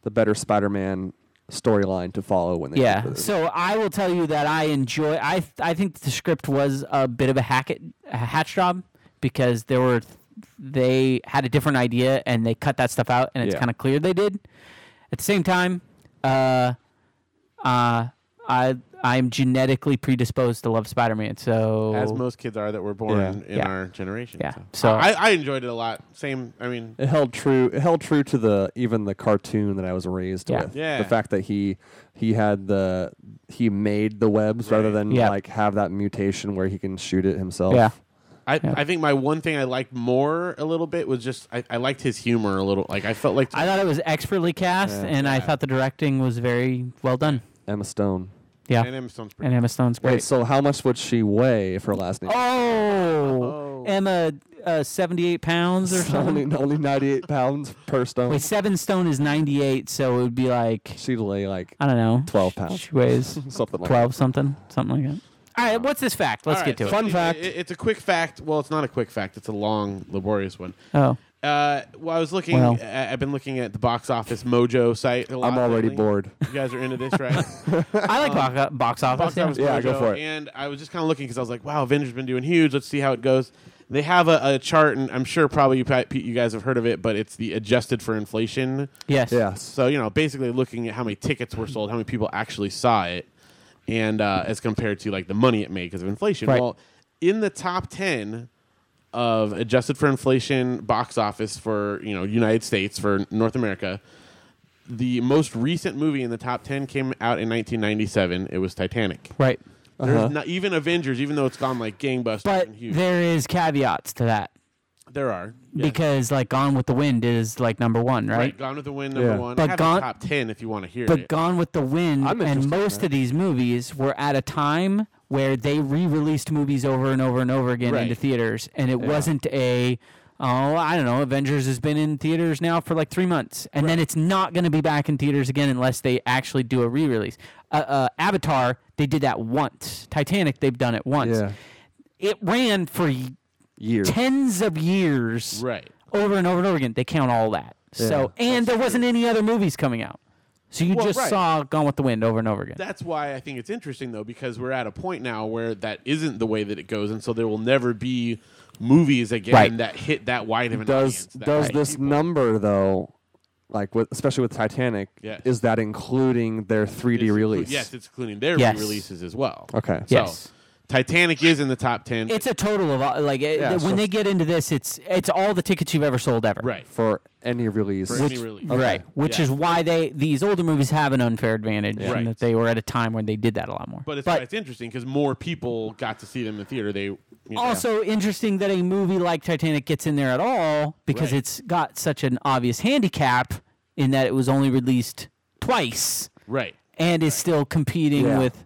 S4: the better Spider-Man storyline to follow when they
S1: Yeah.
S4: did this.
S1: So I will tell you that I enjoy. I I think the script was a bit of a hack a hatch job because there were they had a different idea and they cut that stuff out and it's
S4: Yeah.
S1: kind of clear they did. At the same time, uh, uh, I I'm genetically predisposed to love Spider-Man. So
S2: as most kids are that were born
S4: Yeah.
S2: in
S1: Yeah.
S2: our generation.
S1: Yeah.
S2: So,
S1: So-
S2: I, I enjoyed it a lot. Same. I mean,
S4: it held true. It held true to the even the cartoon that I was raised
S1: Yeah.
S4: with.
S2: Yeah.
S4: The fact that he he had the he made the webs rather
S2: Right.
S4: than
S1: Yeah.
S4: like have that mutation where he can shoot it himself.
S1: yeah.
S2: I, I think my one thing I liked more a little bit was just I, I liked his humor a little. Like I felt like
S1: I thought it was expertly cast,
S4: Yeah.
S1: and I thought the directing was very well done.
S4: Emma Stone.
S1: Yeah,
S2: and Emma Stone's pretty.
S1: and Emma Stone's
S4: Wait,
S1: great.
S4: so how much would she weigh if her last name?
S1: Oh,
S2: Oh.
S1: Emma, uh, seventy-eight pounds or
S4: was
S1: something.
S4: only, only 98 pounds per stone.
S1: Wait, seven stone is ninety-eight, so it would be like
S4: She'd weigh like
S1: I don't know,
S4: 12 pounds,
S1: She weighs
S4: something like
S1: twelve something, something like that. All right, what's this fact? Let's
S2: All
S1: get
S2: right,
S1: to
S2: so
S1: it.
S4: Fun fact.
S2: it- it's a quick fact. Well, it's not a quick fact. It's a long, laborious one.
S1: Oh,
S2: Uh, well, I was looking.
S1: Well.
S2: I- I've been looking at the box office Mojo site. a
S4: that.
S2: lot
S4: I'm already
S2: lately.
S4: bored.
S2: You guys are into this, right?
S1: I like box, box office.
S2: box office
S1: yeah.
S4: Yeah, go
S2: Mojo,
S4: for it.
S2: And I was just kind of looking because I was like, wow, Avengers been doing huge. Let's see how it goes. They have a, a chart, and I'm sure probably you, pa- you guys have heard of it, but it's the adjusted for inflation.
S1: Yes.
S4: Yes.
S2: So you know, basically looking at how many tickets were sold, how many people actually saw it, and uh, as compared to like the money it made because of inflation.
S1: Right.
S2: Well, in the top ten of adjusted for inflation box office for you know United States for North America, the most recent movie in the top ten came out in 1997. It was Titanic.
S1: Right.
S2: There's not even Avengers, even though it's gone like gangbusters
S1: Uh-huh. But
S2: and huge.
S1: there is caveats to that
S2: there are Yeah.
S1: because like Gone with the Wind is like number one, right?
S2: Gone with the Wind number
S4: Yeah.
S2: one.
S1: But
S2: I have
S1: Gone-
S2: the top ten if you want to hear
S1: But
S2: it.
S1: Gone with the Wind
S4: I'm
S1: and
S4: interested in
S1: most
S4: that.
S1: of these movies were at a time where they re-released movies over and over and over again
S2: Right.
S1: into theaters, and it wasn't a oh I don't know Avengers has been in theaters now for like three months, and then it's not going to be back in theaters again unless they actually do a re-release. Uh, uh, Avatar they did that once. Titanic they've done it once.
S4: Yeah.
S1: It ran for y-
S4: Years.
S1: tens of years,
S2: right.
S1: over and over and over again. They count all that. So and there wasn't any other movies coming out. So you
S2: Well,
S1: just
S2: right.
S1: saw Gone with the Wind over and over again.
S2: that's why I think it's interesting though because we're at a point now where that isn't the way that it goes, and so there will never be movies again
S1: Right.
S2: that hit that wide of an audience.
S4: does
S2: that
S4: does
S2: many
S4: this
S2: people.
S4: number though like with especially with titanic
S2: Yes.
S4: is that including their 3d
S2: It's inclu-
S4: release
S2: Yes, it's including their
S1: Yes.
S2: releases as well.
S4: okay
S2: So,
S1: Yes.
S2: Titanic is in the top ten.
S1: It's a total of all- like it,
S4: Yeah,
S1: when
S4: so-
S1: they get into this, it's it's all the tickets you've ever sold ever.
S2: right.
S4: for any release
S2: For any release.
S1: Right, which
S2: Yeah.
S1: is why they these older movies have an unfair advantage,
S2: Right.
S1: and that they were at a time when they did that a lot more.
S2: But it's, why it's interesting because more people got to see them in theater. They you know,
S1: also interesting that a movie like Titanic gets in there at all because
S2: Right.
S1: it's got such an obvious handicap in that it was only released twice
S2: right.
S1: and is still competing
S4: Yeah.
S1: with,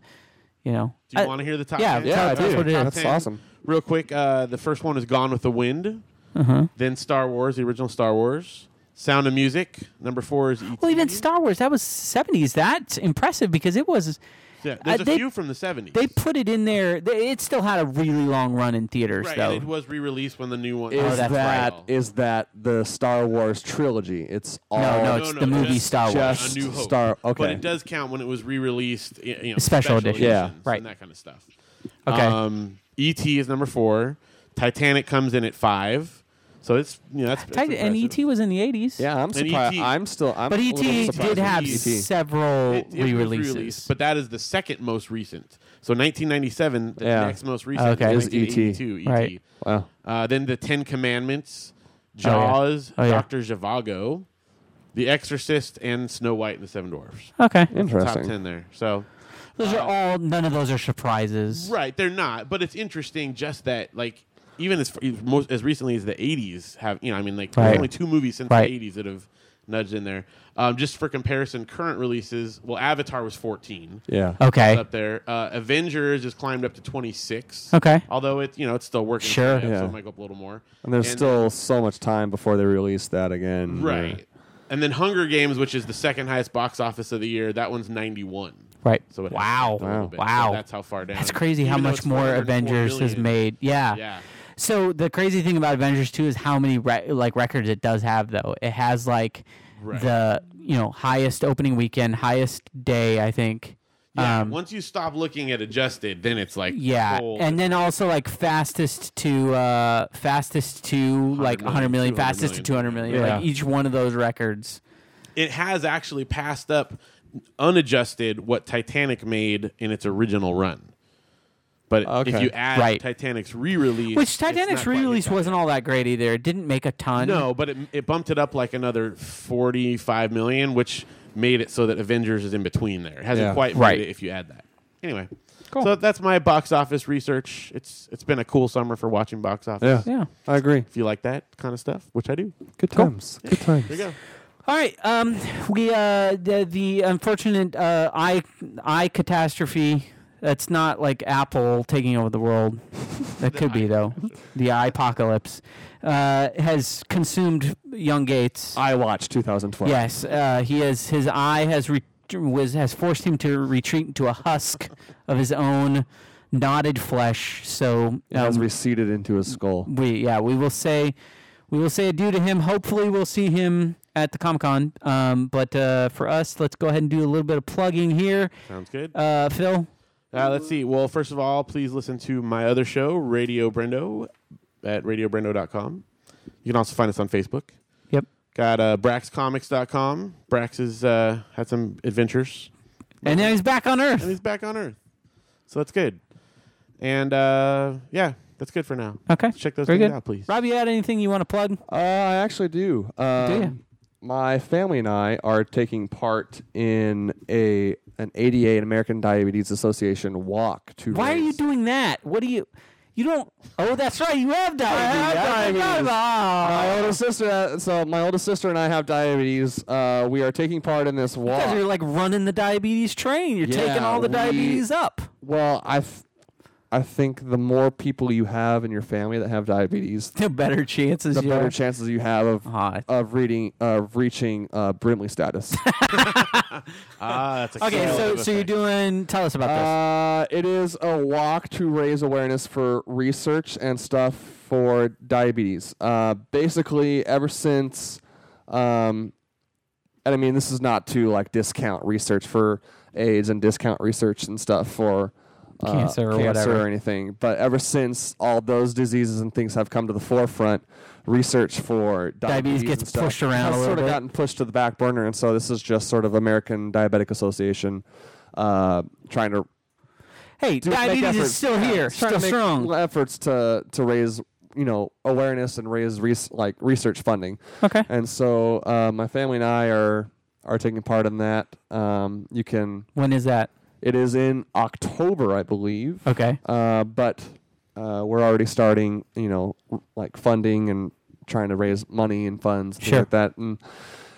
S1: you know,
S2: Do you
S1: I-
S2: want to hear the top?
S1: Uh, yeah,
S2: 10?
S1: yeah,
S2: Top
S1: I do.
S2: 10,
S1: That's what it
S2: top
S4: is. That's
S2: 10.
S4: awesome.
S2: Real quick, uh, the first one is Gone with the Wind.
S1: Uh-huh.
S2: Then Star Wars, the original Star Wars. Sound of Music. Number four is E E.T.
S1: Well, even Star Wars, that was 70s. That's impressive because it was.
S2: Yeah, there's
S1: uh,
S2: a
S1: they-
S2: few from the 70s.
S1: They put it in there. they- It still had a really long run in theaters,
S2: right,
S1: though.
S2: and it was re-released when the new one.
S4: is
S1: Oh, that's
S4: that
S2: right.
S4: is that the star wars trilogy it's all
S1: no, no, it's the movie
S2: just-
S1: Star Wars.
S4: just
S2: A New Hope.
S4: Star-
S2: But
S4: okay.
S2: it does count when it was re-released, y- you know,
S1: Special
S2: special,
S1: edition.
S4: Yeah.
S2: editions
S1: Right.
S2: and that kind of stuff.
S1: Okay.
S2: Um, E.T. is number four. Titanic comes in at five. So it's you know that's, that's
S1: Titan- and E
S2: impressive.
S1: E.T. was in the 80s.
S4: yeah i'm
S2: And
S4: surprised
S2: E.T.
S4: i'm still i'm
S1: But
S4: a little
S1: E.T.
S4: surprised E
S1: did have
S4: with
S2: E.T..
S1: several
S2: E It- it
S1: re
S2: was
S1: releases.
S2: re-released, but that is the second most recent. So 1997, the
S4: Yeah.
S2: next most recent
S1: Oh, Okay. E
S2: is
S4: Is E.T..
S2: 1982. E.T.
S1: Right. Oh,
S4: wow
S2: Uh, then the Ten Commandments,
S1: yeah.
S2: Jaws,
S1: Oh, yeah.
S2: Doctor Zhivago, The Exorcist, and Snow White and the Seven Dwarfs.
S1: okay.
S2: Top
S4: interesting
S2: ten there. So
S1: Those are all, none of those are surprises.
S2: right, they're not, but it's interesting just that like even as most as recently as the '80s have you know I mean like
S1: Right.
S2: there's only two movies since
S1: Right.
S2: the '80s that have nudged in there. Um, just for comparison, current releases. Well, Avatar was 14.
S4: Yeah.
S2: It's
S1: Okay.
S2: up there. Uh, Avengers has climbed up to 26.
S1: Okay.
S2: Although it, you know, it's still working. its
S1: Sure.
S2: way up,
S4: Yeah.
S2: So it might go up a little more.
S4: And there's still so much time before they release that again.
S2: right. And then Hunger Games, which is the second highest box office of the year, that one's 91.
S1: Right.
S2: So it has
S1: wow.
S2: dipped a little
S1: Wow.
S2: bit. So that's how far down.
S1: That's crazy how
S2: Even though
S1: much
S2: it's
S1: more
S2: 404
S1: Avengers has
S2: million.
S1: made. Yeah.
S2: Yeah.
S1: So the crazy thing about Avengers 2 is how many re- like records it does have though. It has like
S2: Right.
S1: the you know highest opening weekend, highest day I think.
S2: Yeah.
S1: Um,
S2: Once you stop looking at adjusted, then it's like
S1: yeah,
S2: whole-
S1: and then also like fastest to uh fastest to like 100 million,
S2: 200
S1: fastest to 200
S2: million.
S1: million. Like each one of those records.
S2: it has actually passed up unadjusted what Titanic made in its original run. But if
S4: Okay.
S2: you add
S1: Right.
S2: Titanic's re-release,
S1: Which
S2: it's
S1: Titanic's
S2: not quite hit
S1: re-release
S2: that.
S1: wasn't all that great either. It didn't make a ton.
S2: No, but it, it bumped it up like another 45 million, which made it so that Avengers is in between there. It hasn't
S4: Yeah.
S2: quite made
S1: Right.
S2: it if you add that. Anyway, so that's my box office research. It's It's been a cool summer for watching box office.
S4: Yeah.
S1: Yeah.
S4: I agree.
S2: If you like that kind of stuff, which I do.
S4: Good times. Good times.
S2: There you go.
S1: All right. Um, we uh, the, the unfortunate uh, eye eye catastrophe. That's not like Apple taking over the world. That could be though. The eye apocalypse uh, has consumed young Gates.
S4: I watched 2012.
S1: Yes, uh, he has. His eye has re- was has forced him to retreat into a husk of his own knotted flesh. So
S4: It has
S1: um,
S4: receded into his skull.
S1: we yeah we will say we will say adieu to him hopefully we'll see him at the comic con um, but uh, for us let's go ahead and do a little bit of plugging here
S2: Sounds good.
S1: uh, phil
S2: Uh, let's see. Well, first of all, please listen to my other show, Radio Brendo, at radiobrendo.com. You can also find us on Facebook.
S1: yep
S2: Got uh, braxcomics.com. Brax has uh, had some adventures,
S1: and now he's back on
S2: and
S1: earth
S2: he's back on Earth. So that's good. And uh, yeah, that's good for now.
S1: okay
S2: Check those
S1: Very
S2: things
S1: good.
S2: out, please.
S1: rob you had anything you want to plug
S4: Uh, I actually do. Um,
S1: ya?
S4: My family and I are taking part in a an ADA, an American Diabetes Association walk to.
S1: why are you
S4: raise-
S1: doing that what do you you don't oh that's right you have diabetes
S4: have
S1: forgot
S4: diabetes.
S1: about-
S4: My oldest sister, uh, so my oldest sister and I have diabetes. Uh, we are taking part in this walk.
S1: Because you're like running the diabetes train. You're
S4: Yeah,
S1: taking all the
S4: we-
S1: diabetes up.
S4: Well, I, th- I think the more people you have in your family that have diabetes,
S1: The better chances
S4: the
S1: you
S4: better
S1: have.
S4: chances you have of
S1: Ah.
S4: of reading of reaching uh, Brimley status.
S2: Ah, that's a
S1: Okay,
S2: cool
S1: so
S2: little
S1: so you're
S2: thing.
S1: doing. Tell us about this.
S4: uh, it is a walk to raise awareness for research and stuff for diabetes. Uh, basically, ever since. Um, and I mean, this is not to like discount research for AIDS and discount research and stuff for uh,
S1: Cancer or
S4: cancer
S1: whatever.
S4: or anything. But ever since all those diseases and things have come to the forefront, research for diabetes,
S1: Diabetes gets
S4: and stuff
S1: pushed around
S4: has
S1: a little
S4: sort of
S1: bit.
S4: gotten pushed to the back burner. And so this is just sort of American Diabetic Association uh, trying to
S1: Hey,
S4: do- make
S1: diabetes
S4: efforts-
S1: is still
S4: yeah,
S1: here,
S4: trying
S1: still
S4: to make
S1: strong.
S4: Efforts to to raise you know awareness and raise res- like research funding.
S1: Okay.
S4: And so uh, my family and I are are taking part in that. Um, you can.
S1: When is that?
S4: It is in October, I believe.
S1: Okay.
S4: Uh, but uh, we're already starting, you know, r- like funding and trying to raise money and funds and things
S1: Sure.
S4: like that. And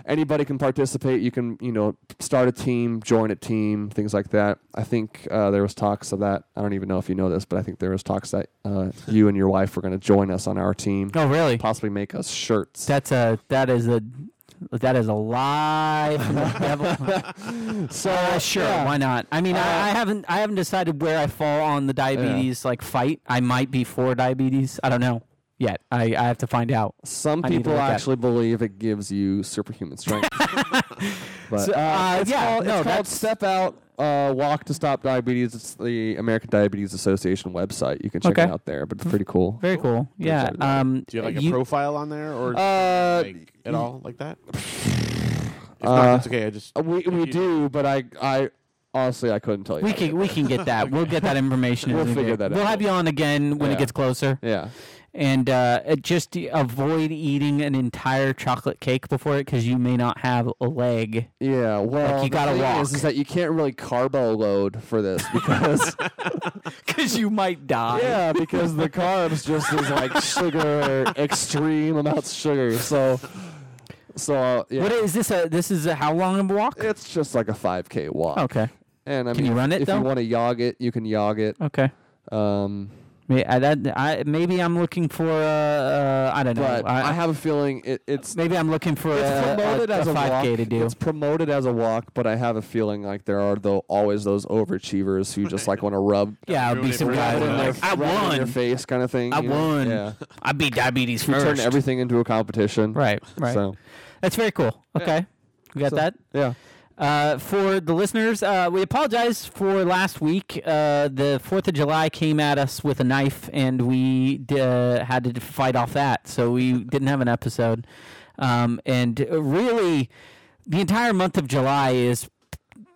S4: anybody can participate. You can, you know, start a team, join a team, things like that. I think uh, there was talks of that. I don't even know if you know this, but I think there was talks that uh, you and your wife were going to join us on our team,
S1: Oh, really?
S4: possibly make us shirts.
S1: That's a that is a that is a lie. from the devil.
S4: so
S1: Uh, sure,
S4: yeah.
S1: why not? I mean, I, I haven't I haven't decided where I fall on the diabetes like fight. I might be for diabetes. I don't know yet. I, I have to find out.
S4: Some
S1: I need to
S4: people
S1: look at it.
S4: actually believe it gives you superhuman strength. but
S1: uh, yeah, no,
S4: it's called, it's called
S1: that's-
S4: Step Out uh, Walk to Stop Diabetes. It's the American Diabetes Association website. You can check
S1: Okay.
S4: it out there, but it's pretty cool.
S1: Very cool. Yeah.
S4: excited about
S1: Um.
S2: Do you have like a
S1: you-
S2: profile on there or
S4: Uh,
S2: like, at all like that? If not, that's okay. I
S1: oh,
S2: just
S4: Uh, we we do, but I I honestly I couldn't tell you.
S1: we
S4: how to
S1: can we can get that. We'll get that information. as
S4: We'll
S1: we
S4: figure
S1: do.
S4: that
S1: We'll
S4: out.
S1: have you on again when it
S4: Yeah.
S1: gets closer.
S4: do it. Yeah.
S1: and uh, it just avoid eating an entire chocolate cake before it because you may not have a leg.
S4: Yeah, well,
S1: you
S4: the
S1: gotta
S4: thing
S1: walk.
S4: Is, is that you can't really carbo load for this because
S1: Because you might die.
S4: yeah, because the carbs just is like sugar, extreme amounts of sugar. So, so uh, yeah,
S1: What is this? A this is a how long a walk?
S4: it's just like a five k walk.
S1: Okay.
S4: and I
S1: Can
S4: mean,
S1: you run it,
S4: if
S1: though?
S4: you want to yog it, you can yog it.
S1: Okay.
S4: Um,
S1: May- I, that, I, maybe I'm looking for. Uh, uh, I don't know.
S4: but
S1: I,
S4: I, have a feeling it, it's
S1: maybe I'm looking for
S4: it's
S1: a,
S4: promoted
S1: uh, a,
S4: as
S1: a
S4: a walk.
S1: 5K to do.
S4: It's promoted as a walk, but I have a feeling like there are though always those overachievers who just like want to rub
S1: Yeah, it'd be
S2: Ruin it
S1: some
S2: for
S1: guy
S2: everyone
S1: that
S2: else.
S1: like I
S4: rub it in your
S1: won.
S4: face kind of thing.
S1: I
S4: you know?
S1: won.
S4: Yeah,
S1: I beat diabetes
S4: you turn
S1: first.
S4: everything into a competition.
S1: Right. Right.
S4: So
S1: That's very cool. Okay. We got
S4: so,
S1: that.
S4: Yeah.
S1: Uh, for the listeners, uh, we apologize for last week. Uh, the Fourth of July came at us with a knife, and we d- uh, had to fight off that, so we didn't have an episode. Um, and uh, really, the entire month of July is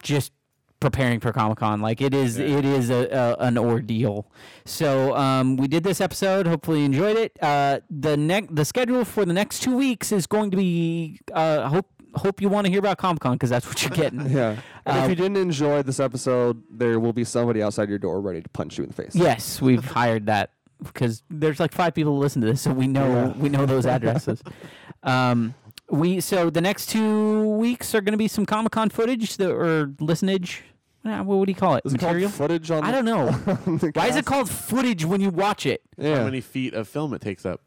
S1: just preparing for Comic Con. Like it is, it is a, a, an ordeal. So um, we did this episode. Hopefully, you enjoyed it. Uh, the next, the schedule for the next two weeks is going to be. Uh, hope hope you want to hear about Comic Con because that's what you're getting.
S4: Yeah. And
S1: Uh,
S4: if you didn't enjoy this episode, there will be somebody outside your door ready to punch you in the face.
S1: Yes, we've hired that because there's like five people who listen to this, so we know we know those addresses. um, we so the next two weeks are going to be some Comic Con footage that, or listenage. Uh, What would you call it?
S4: Is it called
S1: Material.
S4: footage on
S1: I
S4: the-
S1: don't know.
S4: on the
S1: Why is
S4: cast?
S1: it called footage when you watch it?
S4: Yeah.
S2: How many feet of film it takes up?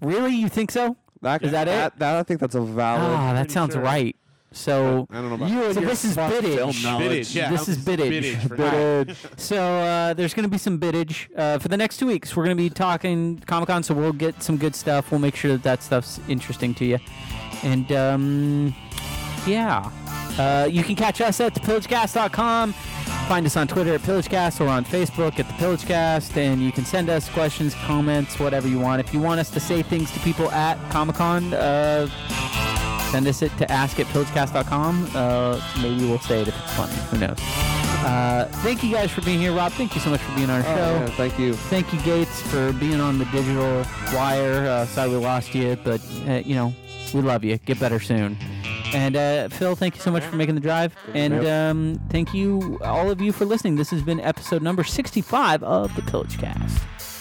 S1: Really, you think so?
S4: that,
S1: is that it?
S4: That, I think that's a valid.
S1: Ah, that
S2: pretty
S1: sounds
S2: sure.
S1: right. So
S2: I don't know about
S4: You
S1: so
S4: and your
S1: this is
S4: fucked film
S1: biddage.
S2: Biddage, yeah.
S1: This is biddage.
S2: Biddage for now.
S4: Bitch.
S1: So uh, there's going to be some biddage uh, for the next two weeks. We're going to be talking Comic Con, so we'll get some good stuff. We'll make sure that that stuff's interesting to you. And um, yeah, uh, you can catch us at thepillagecast.com. Find us on Twitter at Pillagecast or on Facebook at the Pillagecast, and you can send us questions, comments, whatever you want. If you want us to say things to people at Comic Con, uh, send us it to ask at pillagecast.com. Uh, maybe we'll say it if it's funny. Who knows? Uh, thank you guys for being here, Rob. Thank you so much for being on our
S4: Oh,
S1: show.
S4: yeah, thank you.
S1: Thank you, Gates, for being on the digital wire. Uh, sorry we lost you, but uh, you know we love you. Get better soon. And uh, Phil, thank you so much for making the drive. And um, thank you, all of you, for listening. This has been episode number 65 of the Pillage Cast.